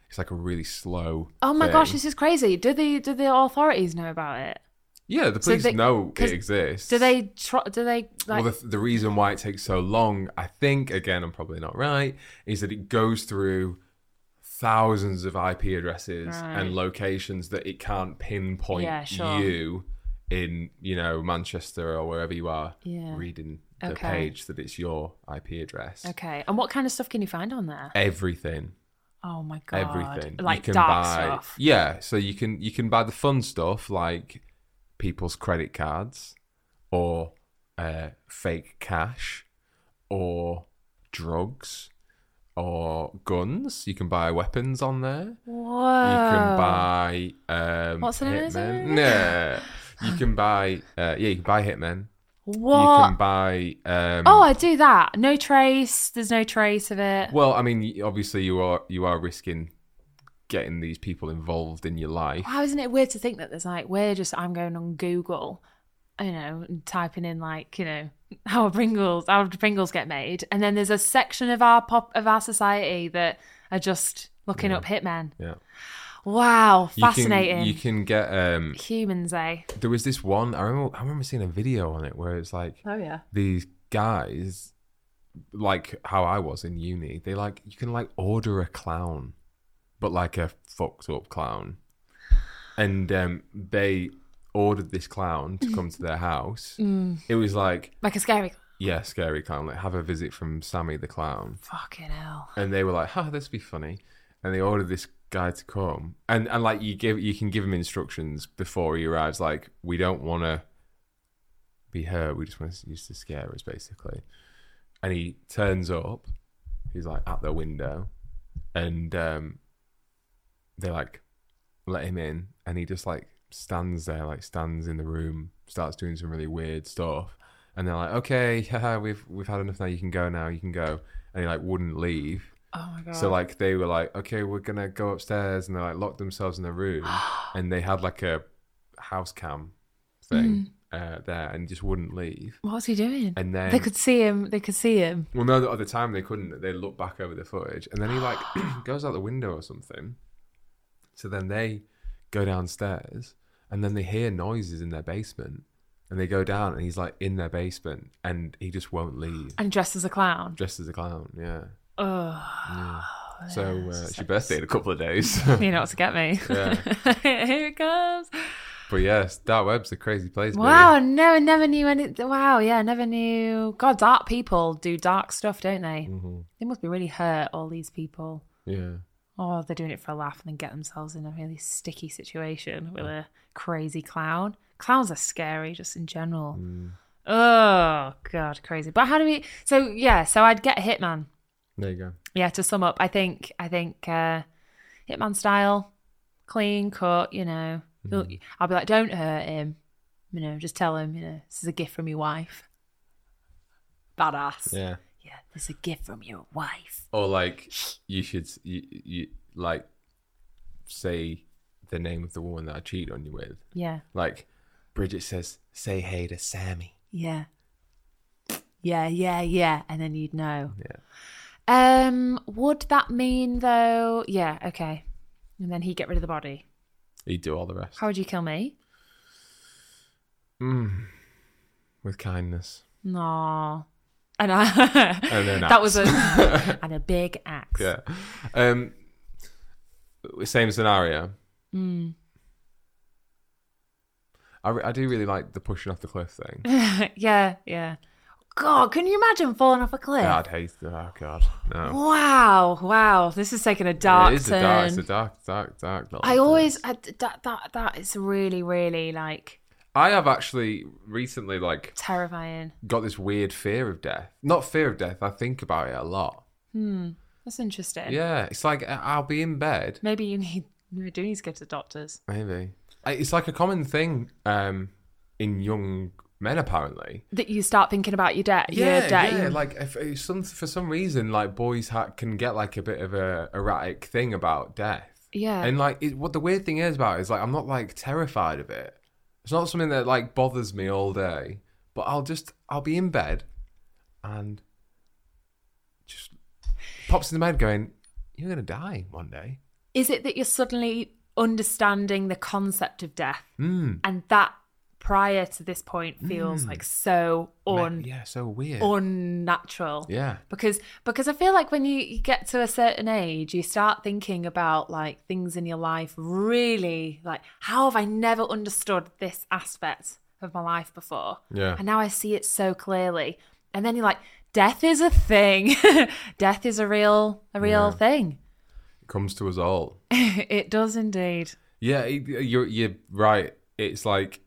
A: It's like a really slow.
D: Oh my
A: thing.
D: gosh, this is crazy. Do the do the authorities know about it?
A: yeah, the police
D: they-
A: know
D: 'cause
A: it exists.
D: Do they tr- do they like
A: well, the, the reason why it takes so long, I think, again, I'm probably not right, is that it goes through thousands of IP addresses
D: Right.
A: and locations that it can't pinpoint
D: Yeah, sure.
A: you in, you know, Manchester or wherever you are
D: Yeah.
A: reading the
D: Okay.
A: page that it's your IP address.
D: Okay. And what kind of stuff can you find on there?
A: Everything,
D: Oh my god.
A: everything. You
D: Like
A: can
D: dark
A: buy-
D: stuff.
A: Yeah, so you can you can buy the fun stuff like people's credit cards or uh, fake cash or drugs or guns. You can buy weapons on there.
D: Whoa.
A: You can buy um,
D: Oh. What's the name of it?
A: hitmen. Yeah.
D: [laughs]
A: You can buy uh, yeah, you can buy hitmen.
D: what?
A: You can buy um,
D: oh, I do that. No trace. There's no trace of it.
A: well, I mean, y- obviously you are you are risking getting these people involved in your life.
D: Wow, isn't it weird to think that there's like we're just I'm going on Google, you know, and typing in like you know [laughs] how are Pringles how do Pringles get made, and then there's a section of our pop of our society that are just looking up hitmen.
A: Yeah.
D: Wow,
A: You can-
D: fascinating.
A: You can, get um
D: Humans, eh?
A: there was this one I remember I remember seeing a video on it where it's like
D: Oh yeah.
A: these guys like how I was in uni, they like you can like order a clown, but like a fucked up clown. And um they ordered this clown to come to their house. It was like,
D: Like a scary.
A: yeah, scary clown, like have a visit from Sammy the clown
D: Fucking hell.
A: and they were like, "Huh, this would be funny," and they ordered this guy to come, and and like you give you can give him instructions before he arrives, like we don't want to be hurt, we just want to use to scare us, basically. And he turns up, he's like at the window, and um, they like let him in, and he just like stands there, like stands in the room, starts doing some really weird stuff, and they're like, "Okay, [laughs] haha, we've we've had enough now. You can go now. You can go." And he like wouldn't leave.
D: Oh my god.
A: So like they were like, okay, we're gonna go upstairs, and they like locked themselves in a
D: [gasps]
A: room, and they had like a house cam thing uh, there, and just wouldn't leave.
D: what was he doing?
A: And then
D: Mm. they could see him. They could see him.
A: well, no, at the time they couldn't. They looked back over the footage, and then he
D: [gasps]
A: like [clears throat] goes out the window or something. So then they go downstairs, and then they hear noises in their basement, and they go down, and he's like in their basement, and he just won't leave,
D: And dressed as a clown.
A: dressed as a clown. Yeah.
D: Ugh. [sighs]
A: So uh, it's your birthday in a couple of days. [laughs]
D: You know what to get me. [laughs] Here it comes.
A: But yes, that web's a crazy place. baby.
D: Wow, no, I never knew any. Wow, yeah, I never knew. God, dark people do dark stuff, don't they? They must be really hurt, all these people.
A: Yeah.
D: Oh, they're doing it for a laugh and then get themselves in a really sticky situation with a crazy clown. Clowns are scary just in general. Oh, God, crazy. But how do we. So, yeah, so I'd get Hitman.
A: There you go.
D: Yeah, to sum up, I think, I think uh, Hitman style, clean cut, you know. You'll- I'll be like, don't hurt him. You know, just tell him, you know, this is a gift from your wife. Badass.
A: Yeah.
D: Yeah, this is a gift from your wife.
A: Or like you should you, you like say the name of the woman that I cheated on you with.
D: Yeah.
A: Like Bridget says, "Say hey to Sammy."
D: Yeah. Yeah, yeah, yeah. And then you'd know.
A: Yeah.
D: Um, would that mean though yeah, okay. And then he'd get rid of the body.
A: He'd do all the rest
D: How would you kill me?
A: with kindness.
D: No. And I
A: And then
D: that was a
A: [laughs]
D: and a big axe.
A: Oh, yeah. Um, same scenario.
D: Hmm.
A: I, re- I do really like the pushing off the cliff thing.
D: yeah, yeah. God, can you imagine falling off a cliff?
A: I'd hate. Oh God, no.
D: Wow, wow, this is taking a dark
A: it is a
D: turn.
A: dark, it's a dark, dark, dark. little
D: I always I, that that that is really really like
A: I have actually recently like
D: terrifying.
A: got this weird fear of death. Not fear of death. I think about it a lot.
D: That's interesting.
A: Yeah, it's like I- I'll be in bed.
D: Maybe you need we do need to go to the doctors.
A: Maybe I- it's like a common thing um, in young men, apparently.
D: That you start thinking about your debt.
A: Yeah,
D: your
A: yeah.
D: debt. your-
A: Like if, if some for some reason, like boys ha- can get like a bit of a erratic thing about death.
D: Yeah.
A: And like it, what the weird thing is about it is like I'm not like terrified of it. It's not something that like bothers me all day. But I'll just I'll be in bed, and just pops in the head going, "You're gonna die one day."
D: is it that you're suddenly understanding the concept of death,
A: Mm.
D: and that prior to this point feels like so un
A: yeah, so weird.
D: unnatural?
A: yeah.
D: because because I feel like when you, you get to a certain age, you start thinking about like things in your life really like how have I never understood this aspect of my life before?
A: Yeah.
D: And now I see it so clearly. And then you're like, death is a thing. [laughs] death is a real a real thing. [laughs]
A: It comes to us all.
D: it does indeed.
A: Yeah, it- you're you're right. It's like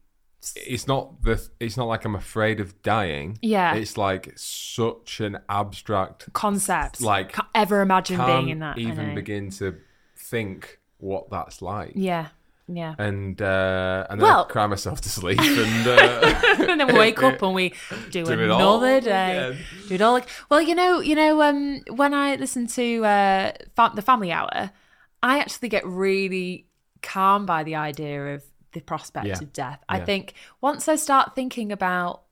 A: it's not the it's not like I'm afraid of dying.
D: Yeah.
A: it's like such an abstract.
D: Concept.
A: Like,
D: can't ever imagine
A: Can't
D: being in that. I
A: even
D: know.
A: begin to think what that's like.
D: Yeah.
A: [laughs]
D: Yeah. [laughs]
A: And uh, and then
D: Well-
A: I cry myself to sleep and uh,
D: [laughs] and then we wake up and we do,
A: Do it all
D: another day.
A: again.
D: Do it all like well, you know, you know, um, when I listen to uh, fa- the Family Hour, I actually get really calm by the idea of the prospect
A: Yeah.
D: of death. I
A: Yeah.
D: think once I start thinking about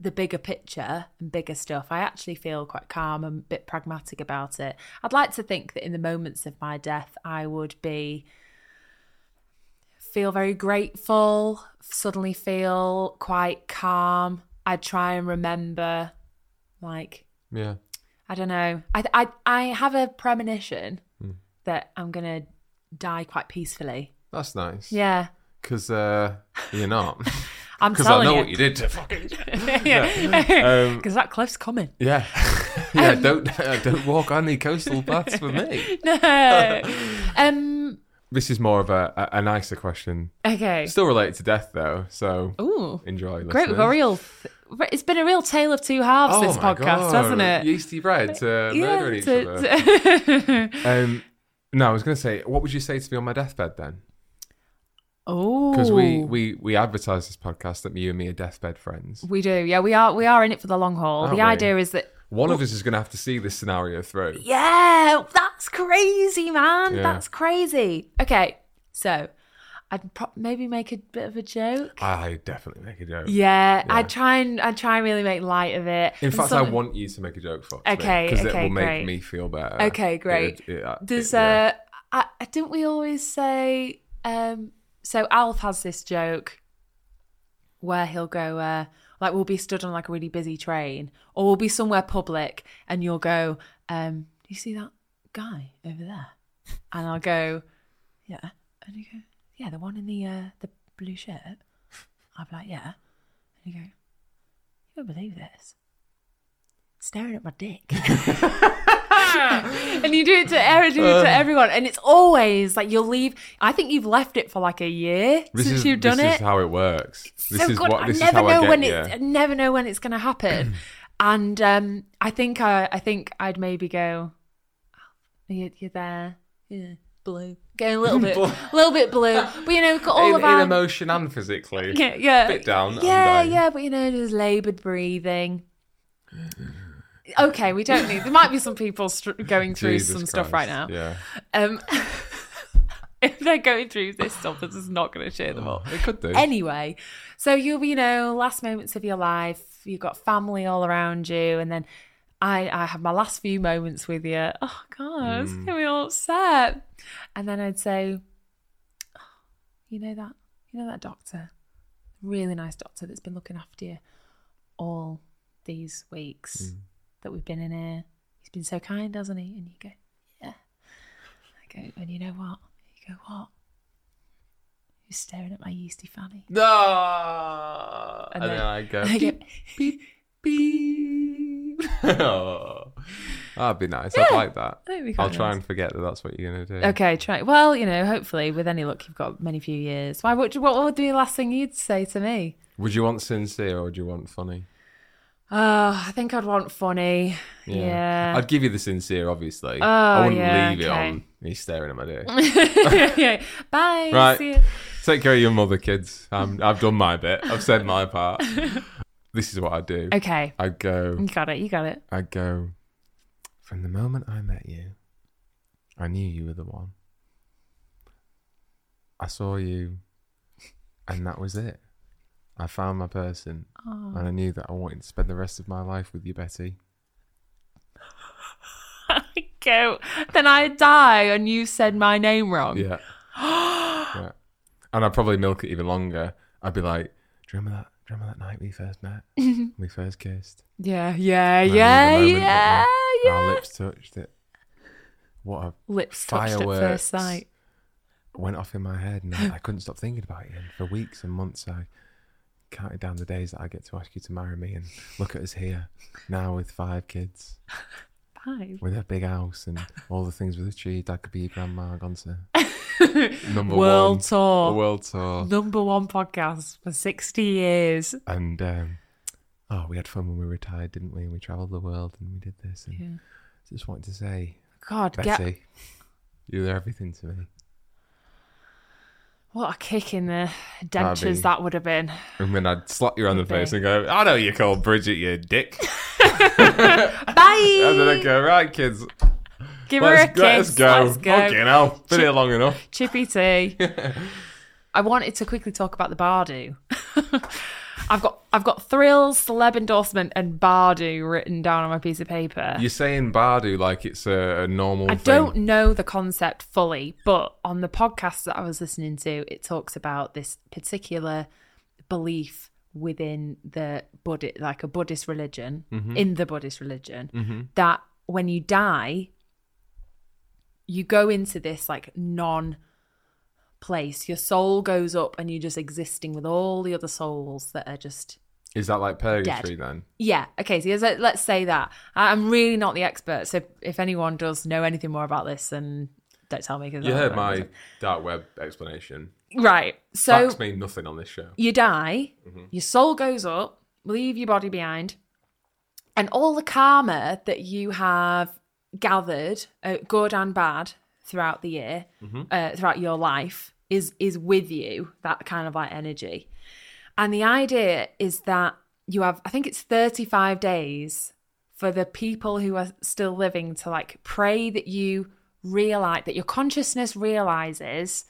D: the bigger picture and bigger stuff, I actually feel quite calm and a bit pragmatic about it. I'd like to think that in the moments of my death, I would be feel very grateful, suddenly feel quite calm. I'd try and remember, like,
A: yeah.
D: I don't know. I, I, I have a premonition
A: Hmm.
D: that I'm going to die quite peacefully.
A: That's nice.
D: Yeah.
A: Because uh, you're not.
D: [laughs] I'm
A: Because I
D: telling
A: know
D: you.
A: what you Um, did to fucking.
D: [laughs] Because that cliff's coming. [laughs]
A: Yeah. [laughs] yeah.
D: Um,
A: don't [laughs] uh, don't walk on any
D: [laughs]
A: coastal paths for me.
D: No. um.
A: This is more of a, a, a nicer question.
D: Okay.
A: Still related to death though. So
D: Ooh.
A: enjoy.
D: Oh,
A: listeners.
D: Great. We've got real. Th- it's been a real tale of two halves. this
A: Oh my
D: podcast, hasn't it?
A: Yeasty bread
D: [laughs]
A: to murdering each
D: to-
A: other.
D: to- [laughs]
A: Um, no, I was going to say, what would you say to be on my deathbed then?
D: oh,
A: Because we, we we advertise this podcast that you and me are deathbed friends.
D: We do, yeah. We are we are in it for the long haul.
A: Aren't
D: the
A: we?
D: idea is that
A: One of us is going to have to see this scenario through.
D: yeah, that's crazy, man.
A: Yeah.
D: That's crazy. Okay, so I'd pro- maybe make a bit of a joke.
A: I definitely make a joke.
D: yeah, I'd try and I'd try and really make light of it.
A: In
D: And
A: fact,
D: some-
A: I want you to make a joke for
D: Okay,
A: because
D: okay,
A: it will make
D: great.
A: me feel better.
D: Okay, great.
A: It- it- uh,
D: Does
A: it- yeah.
D: uh, I, I- didn't we always say? Um, so Alf has this joke where he'll go, uh, like we'll be stood on like a really busy train, or we'll be somewhere public, and you'll go, um, "Do you see that guy over there?" And I'll go, "Yeah," and you go, "Yeah, the one in the uh, the blue shirt." I'll be like, "Yeah," and you go, "You won't believe this." Staring at my dick [laughs] and you do it to every, do
A: Um.
D: it to everyone, and it's always like you'll leave. I think you've left it for like a year
A: this
D: since
A: is,
D: you've done
A: this
D: it.
A: is how it works. This
D: so
A: is
D: good.
A: what this
D: I
A: is
D: never
A: how
D: know
A: I get
D: when
A: you.
D: it's. I never know when it's going
A: [clears throat]
D: to happen. and um, I think I, I think I'd maybe go. "Oh, You're, you're there, yeah, blue. Going
A: [laughs]
D: a little bit,
A: Blue.
D: a little bit blue, but you know, we've got all
A: in,
D: of our
A: in emotion and physically.
D: yeah, [laughs] yeah.
A: Bit down and
D: Yeah,
A: down.
D: yeah, but you know, there's laboured breathing. Okay, we don't need. There might be some people str- going through
A: Jesus
D: some stuff right
A: Christ,
D: now.
A: Yeah,
D: Um, [laughs] if they're going through this stuff, this is not going to cheer them up.
A: it could do.
D: Anyway, so you'll be, you know, last moments of your life, you've got family all around you, and then I, I have my last few moments with you. Oh, God, it's going to be all upset. And then I'd say, "Oh, you know that, you know that doctor, really nice doctor that's been looking after you all these weeks that we've been in here. He's been so kind, hasn't he? And you go, yeah. I go, and you know what? You go, what? He's staring at my yeasty fanny.
A: No. And,
D: then-
A: then, I go.
D: [laughs] I go,
A: beep, [laughs] beep.
D: [laughs]
A: Oh, that'd be nice. I'd like that.
D: That'd be quite
A: I'll try
D: nice.
A: and forget that that's what you're gonna do.
D: Okay, try. Well, you know, hopefully, with any luck, you've got many few years. Why? What, what would be the last thing you'd say to me?
A: Would you want sincere or would you want funny?
D: Oh, I think I'd want funny. [laughs] Yeah. Oh,
A: I'd give you the sincere, obviously. I wouldn't
D: yeah,
A: leave it
D: okay.
A: on me staring at my
D: [laughs]
A: dick.
D: Yeah. Bye.
A: Right.
D: See you.
A: Take care of your mother, kids. Um, I've done my bit. I've said my
D: [laughs]
A: part. this is what I do.
D: Okay.
A: I go.
D: You got it. You got it. [laughs]
A: I go. From the moment I met you, I knew you were the one. I saw you, and that was it. I found my person, and I knew that I wanted to spend the rest of my life with you, Betty.
D: Go. Then I die, and you said my name wrong.
A: Yeah. yeah. And I'd probably milk it even longer. I'd be like, do you remember that? Do you remember that night we first met? we first kissed.
D: Yeah. Yeah.
A: And I
D: Yeah.
A: remember the moment
D: Yeah.
A: that we-
D: yeah.
A: Our lips touched. It. What a
D: Lips touched at
A: Fireworks.
D: first sight.
A: went off in my head, and I, I couldn't stop thinking about it. And for weeks and months, I counted down the days that I get to ask you to marry me. And look at us here now with five kids,
D: Five.
A: with a big house, and all the things we've achieved. I could be your grandma gone
D: [laughs]
A: to number
D: World
A: one
D: tour.
A: world tour.
D: Number one podcast for sixty years.
A: and um, oh, we had fun when we retired, didn't we? And we travelled the world and we did this. And
D: Yeah.
A: just wanted to say,
D: God,
A: Betty,
D: get
A: you're everything to me.
D: what a kick in the
A: That'd be-
D: dentures that would have been.
A: And then I'd slap you on the
D: Okay.
A: face and go, "I know you're called Bridget, you dick."
D: Bye.
A: and then [laughs] I go, "Right, kids,
D: Give her a
A: let's,
D: kiss.
A: go, let's go.
D: Let's go.
A: Fucking hell, been here long enough."
D: Chippy tea.
A: [laughs]
D: I wanted to quickly talk about the Bardu. [laughs] I've got I've got thrills, celeb endorsement, and Bardu written down on my piece of paper.
A: You're saying Bardu like it's a, a normal
D: I
A: thing.
D: don't know the concept fully, but on the podcast that I was listening to, it talks about this particular belief within the Buddhist, like a Buddhist religion,
A: Mm-hmm.
D: in the Buddhist religion, that when you die, you go into this like non place. Your soul goes up and you're just existing with all the other souls that are just
A: Is that like purgatory then?
D: yeah. Okay. So let's- let's say that I- I'm really not the expert. So if anyone does know anything more about this, then don't tell me. Cause
A: You
D: I-
A: heard my dark web explanation.
D: right. So
A: Facts Mm-hmm. mean nothing on this show.
D: you die, your soul goes up, leave your body behind, and all the karma that you have gathered, uh, good and bad, throughout the year,
A: Mm-hmm.
D: uh, throughout your life, is is with you. That kind of like energy, and the idea is that you have, I think it's thirty five days for the people who are still living to like pray that you realize that your consciousness realizes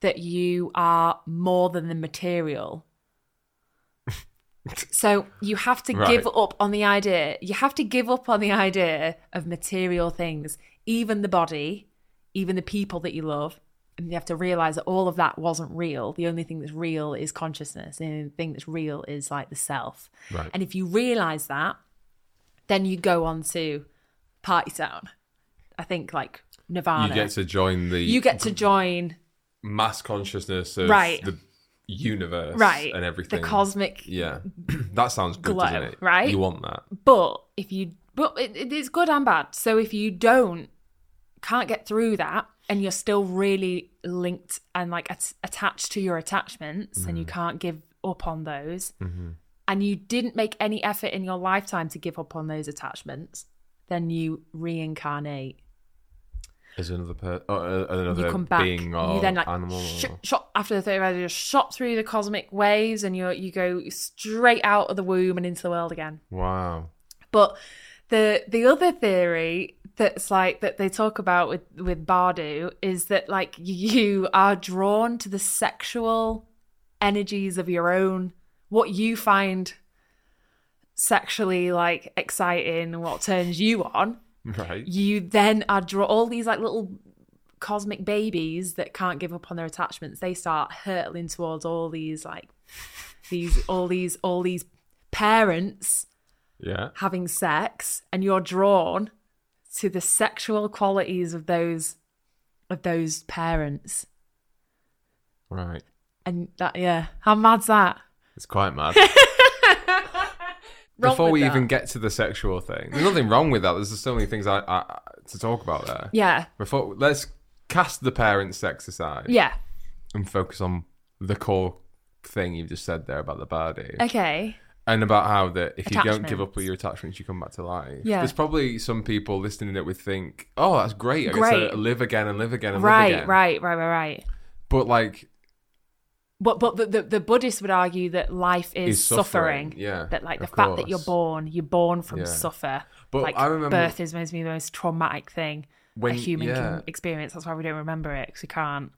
D: that you are more than the material. so you have to
A: Right.
D: give up on the idea. You have to give up on the idea of material things, even the body, even the people that you love. And you have to realize that all of that wasn't real. The only thing that's real is consciousness. The only thing that's real is like the self.
A: Right.
D: And if you realize that, then you go on to Party Town. I think like Nirvana.
A: You get to join the
D: you get to join
A: mass consciousness of
D: Right.
A: the universe
D: right
A: and everything.
D: the cosmic
A: Yeah. that sounds good,
D: glow,
A: doesn't it?
D: right?
A: You want that.
D: but if you but it, it- it's good and bad so if you don't can't get through that and you're still really linked and like at- attached to your attachments and
A: Mm-hmm.
D: you can't give up on those and you didn't make any effort in your lifetime to give up on those attachments then you reincarnate
A: As another per- uh, another
D: you come back
A: being or
D: you then like
A: animal.
D: sh-
A: or-
D: shot after the 35 you're shot through the cosmic waves and you you go straight out of the womb and into the world again
A: Wow. [laughs]
D: But the the other theory that's like that they talk about with with Bardu is that like you are drawn to the sexual energies of your own what you find sexually like exciting and what turns you on
A: Right.
D: you then are draw all these like little cosmic babies that can't give up on their attachments they start hurtling towards all these like these all these all these parents
A: Yeah.
D: having sex and you're drawn to the sexual qualities of those of those parents
A: Right.
D: and that yeah how mad's that
A: It's quite mad.
D: wrong
A: before
D: with
A: we
D: that.
A: even get to the sexual thing, there's nothing wrong with that. There's just so many things I, I, I- to talk about there.
D: Yeah.
A: Before let's cast the parents' sex aside
D: Yeah.
A: and focus on the core thing you've just said there about the body
D: Okay.
A: and about how that if you don't give up
D: Attachments.
A: with your attachments, you come back to life.
D: Yeah.
A: There's probably some people listening that would think, "Oh, that's great! I get
D: Great.
A: to live again and live again and live
D: Right,
A: again."
D: right, right, right, right.
A: But like,
D: But but the, the, the Buddhists would argue that life is,
A: Is
D: suffering.
A: suffering, yeah,
D: That like the
A: of
D: fact that
A: course.
D: you're born, you're born from
A: Yeah.
D: suffer.
A: But
D: like
A: I remember-
D: birth is maybe the most traumatic thing
A: When-
D: a human
A: yeah.
D: can experience. That's why we don't remember it because we can't.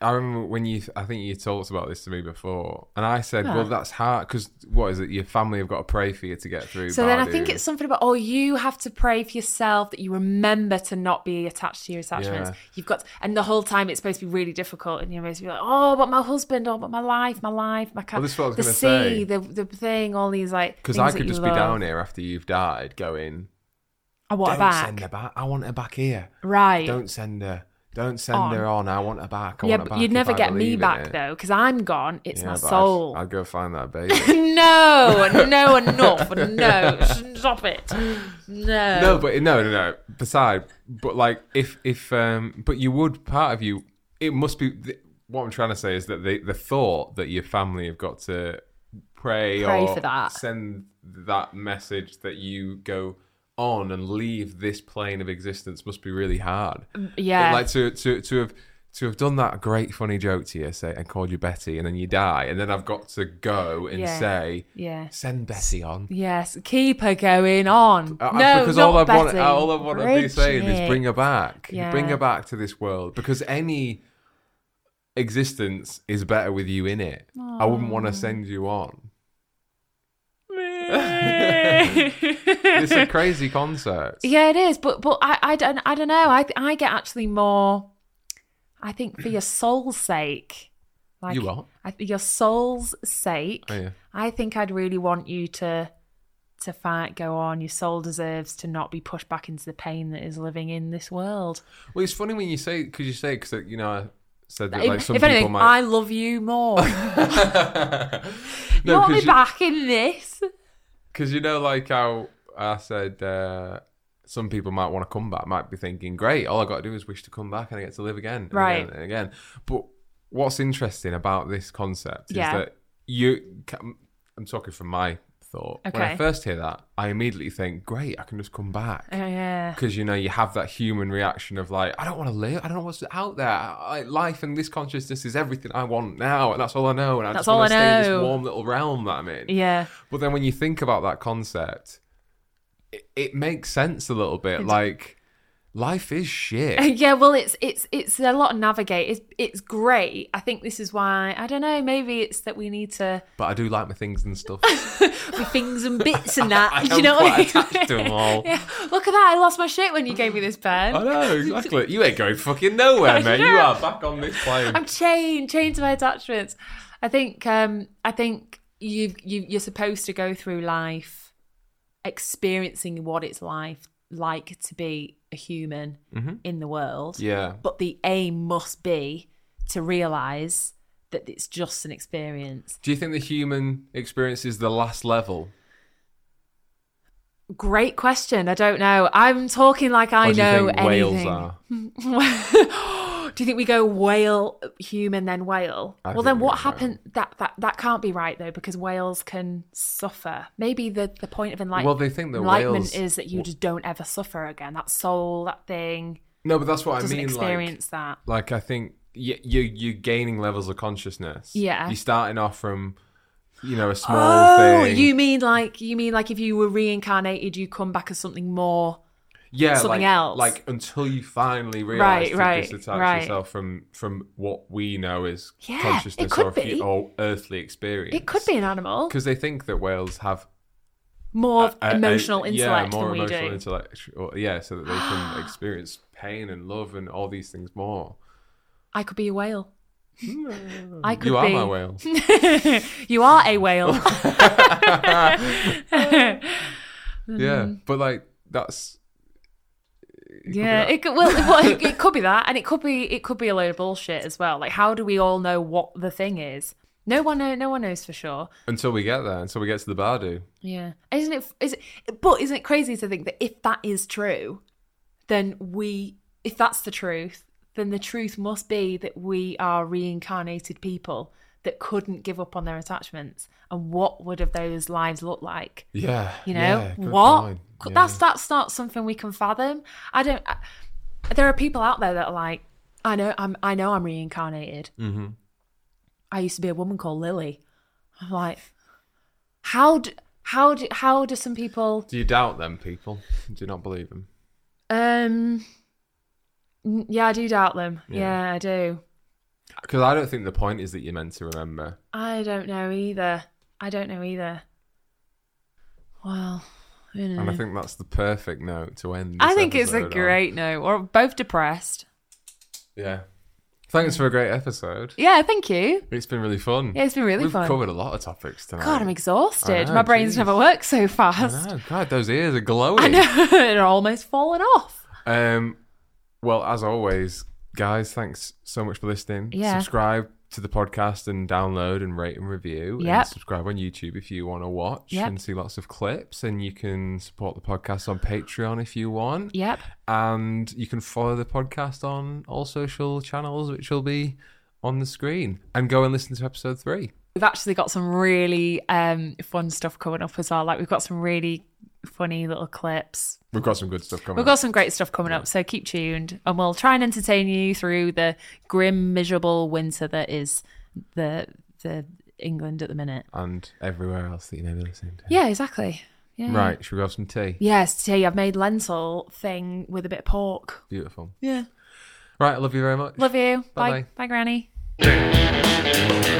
A: I remember when you, I think you talked about this to me before, and I said,
D: Yeah.
A: "Well, that's hard because what is it? Your family have got to pray for you to get through."
D: So then I
A: Bardu."
D: think it's something about oh you have to pray for yourself that you remember to not be attached to your attachments.
A: Yeah.
D: You've got and the whole time it's supposed to be really difficult and you're supposed to be like oh but my husband oh but my life my life my cat
A: Well, this is what I was
D: the
A: gonna
D: sea
A: say.
D: the the thing all these like
A: because
D: things
A: I
D: that
A: could
D: you
A: just
D: love. Oh,
A: be down here after you've died, going,
D: I want
A: "Don't
D: her back
A: send her back. I want her back here.
D: right
A: Don't send her. Don't send
D: On.
A: her on. I want her back. I
D: yeah
A: want her
D: but
A: back."
D: you'd
A: if
D: never
A: I
D: get
A: believe
D: me
A: in
D: back
A: it."
D: though because I'm gone it's
A: Yeah,
D: my
A: but I'd-
D: soul [laughs]
A: I'd, go find that baby.
D: no no enough no stop it no
A: no, but no, no, no. Beside, but like if if um, but you would part of you. It must be. Th- what I'm trying to say is that the the thought that your family have got to pray,
D: Pray
A: or
D: for that.
A: send that message that you go on and leave this plane of existence must be really hard.
D: Mm, yeah
A: Like to to to have. To have done that great funny joke to you, say, and called you Betty, and then you die, and then I've got to go and
D: Yeah.
A: say,
D: yeah
A: "Send Betty on."
D: Yes, keep her going on.
A: I- I-
D: no,
A: Uh, because
D: not
A: all I want, uh,
D: Betty.
A: all I want to be saying
D: Bridget.
A: is bring her back,
D: Yeah.
A: bring her back to this world. Because any existence is better with you in it. I wouldn't want to send you on. [laughs] It's a crazy concept.
D: [laughs] [laughs] yeah, it is, but but I, I don't I don't know. I th- I get actually more. I think for your soul's sake, like
A: You what?
D: I, for your soul's sake,
A: Oh, yeah.
D: I think I'd really want you to to fight, go on. Your soul deserves to not be pushed back into the pain that is living in this world.
A: Well, it's funny when you say because you say because you know I said that
D: If-
A: like some
D: if
A: people
D: anything,
A: might.
D: I love [laughs]
A: [laughs]
D: you more. you
A: no,
D: want me
A: because you,
D: back in this?
A: because you know, like how I said, uh, some people might want to come back, might be thinking, great, all I got to do is wish to come back and I get to live again, and
D: Right.
A: Again, and again. But what's interesting about this concept
D: Yeah.
A: is that you, can, I'm talking from my thought. When
D: Okay.
A: I first hear that, I immediately think, great, I can just come back.
D: Oh, yeah.
A: because you know you have that human reaction of like I don't want to live I don't know what's out there I, life and this consciousness is everything I want now and that's all I know and I
D: That's
A: just want to
D: all
A: stay
D: I
A: in this
D: know.
A: warm little realm that I'm in
D: Yeah. [laughs]
A: but then when you think about that concept, it, it makes sense a little bit. like life is shit.
D: yeah well it's it's it's a lot to navigate it's it's great i think this is why i don't know maybe it's that we need to
A: But I do like my things and
D: [laughs]
A: stuff.
D: be things and bits and that
A: [laughs] I
D: Do
A: am
D: you know
A: quite
D: what I mean?
A: attached to 'em all.
D: [laughs] yeah. look at that i lost my shit when you gave me this pen
A: I
D: [laughs]
A: know, exactly. You ain't going fucking nowhere,
D: I
A: man. You
D: know.
A: are back on this plane.
D: i'm chained chained to my attachments i think um i think you you you're supposed to go through life experiencing what it's life like to be a human in the world
A: Mm-hmm. yeah.
D: but the aim must be to realize that it's just an experience.
A: Do you think the human experience is the last level?
D: Great question. I don't know. I'm talking like I
A: Or do you
D: know
A: think whales
D: anything.
A: are?
D: do you think we go whale human then whale?
A: I
D: well,
A: think
D: then
A: we
D: what
A: go whale.
D: happened? That that that can't be right though, because whales can suffer. Maybe the the point of enlightenment.
A: Well, they think that
D: enlightenment
A: whales-
D: is that you just don't ever suffer again. That soul, that thing
A: No, but that's what
D: doesn't
A: I mean. Like,
D: experience that.
A: like I think you, you you're gaining levels of consciousness.
D: Yeah.
A: You're starting off from, you know, a small
D: Oh,
A: thing.
D: you mean like you mean like if you were reincarnated, you come back as something more
A: yeah,
D: something
A: like,
D: else.
A: like until you finally realize to
D: right,
A: disattach
D: right.
A: yourself from from what we know as
D: Yeah, it
A: consciousness
D: could
A: or, a few-
D: be.
A: or earthly experience.
D: It could be an animal.
A: because they think that whales have
D: More
A: a- a-
D: emotional
A: yeah,
D: intellect
A: more
D: than we
A: emotional
D: do.
A: intellect, or, yeah, so that they can
D: [gasps]
A: experience pain and love and all these things more.
D: I could be a whale. I could
A: Hmm. you are
D: be.
A: my whale.
D: [laughs] You are a whale. [laughs] Hmm.
A: yeah, but like that's
D: yeah, it could, well, it- well, it- it could be that, and it could be it could be a load of bullshit as well. Like, how do we all know what the thing is? No one, know, no one knows for sure.
A: Until we get there, until we get to the Bardu.
D: Yeah, isn't it? Is it? But isn't it crazy to think that if that is true, then we, if that's the truth, then the truth must be that we are reincarnated people that couldn't give up on their attachments. And what would have those lives looked like?
A: Yeah.
D: You
A: yeah,
D: know
A: good
D: what?
A: point.
D: C-
A: Yeah.
D: That's that's not something we can fathom. I don't. I, there are people out there that are like, I know, I'm, I know, I'm reincarnated. Mm-hmm. I used to be a woman called Lily. I'm like, how do, how do, how do some people?
A: Do you doubt them, people? Do you not believe them?
D: Um, n- yeah, I do doubt them.
A: Yeah.
D: yeah, I do.
A: Because I don't think the point is that you're meant to remember.
D: I don't know either. I don't know either. Well, you know.
A: And I think that's the perfect note to end.
D: Mm. I
A: this
D: think it's a
A: episode on.
D: great no. We're both depressed.
A: Yeah. Thanks for a great episode.
D: Yeah, thank you.
A: It's been really fun.
D: Yeah, it's been really
A: We've
D: fun.
A: covered a lot of topics tonight.
D: God, I'm exhausted.
A: I know,
D: My brain's
A: jeez.
D: never worked so
A: I
D: fast.
A: know. God, those ears are glowing.
D: [laughs] They're almost falling off.
A: Um, well, as always, guys, thanks so much for listening.
D: Yeah.
A: Subscribe to the podcast and download and rate and review. And
D: Yep.
A: subscribe on YouTube if you want to watch
D: Yep.
A: and see lots of clips. And you can support the podcast on Patreon if you want.
D: Yep.
A: And you can follow the podcast on all social channels, which will be on the screen. And go and listen to episode three.
D: We've actually got some really um, fun stuff coming up as well. Like, we've got some really funny little clips.
A: We've got some good stuff coming.
D: We've got some great stuff coming up, so keep tuned and we'll try and entertain you through the grim, miserable winter that is the the England at the minute.
A: up. And everywhere else that you may be listening to.
D: Yeah, exactly. Yeah.
A: Right, should we have some tea?
D: Yes, today I've made lentil thing with a bit of pork.
A: Beautiful.
D: Yeah.
A: Right, I love you very much.
D: Love you. Bye.
A: Bye-bye.
D: Bye, Granny.
C: Down,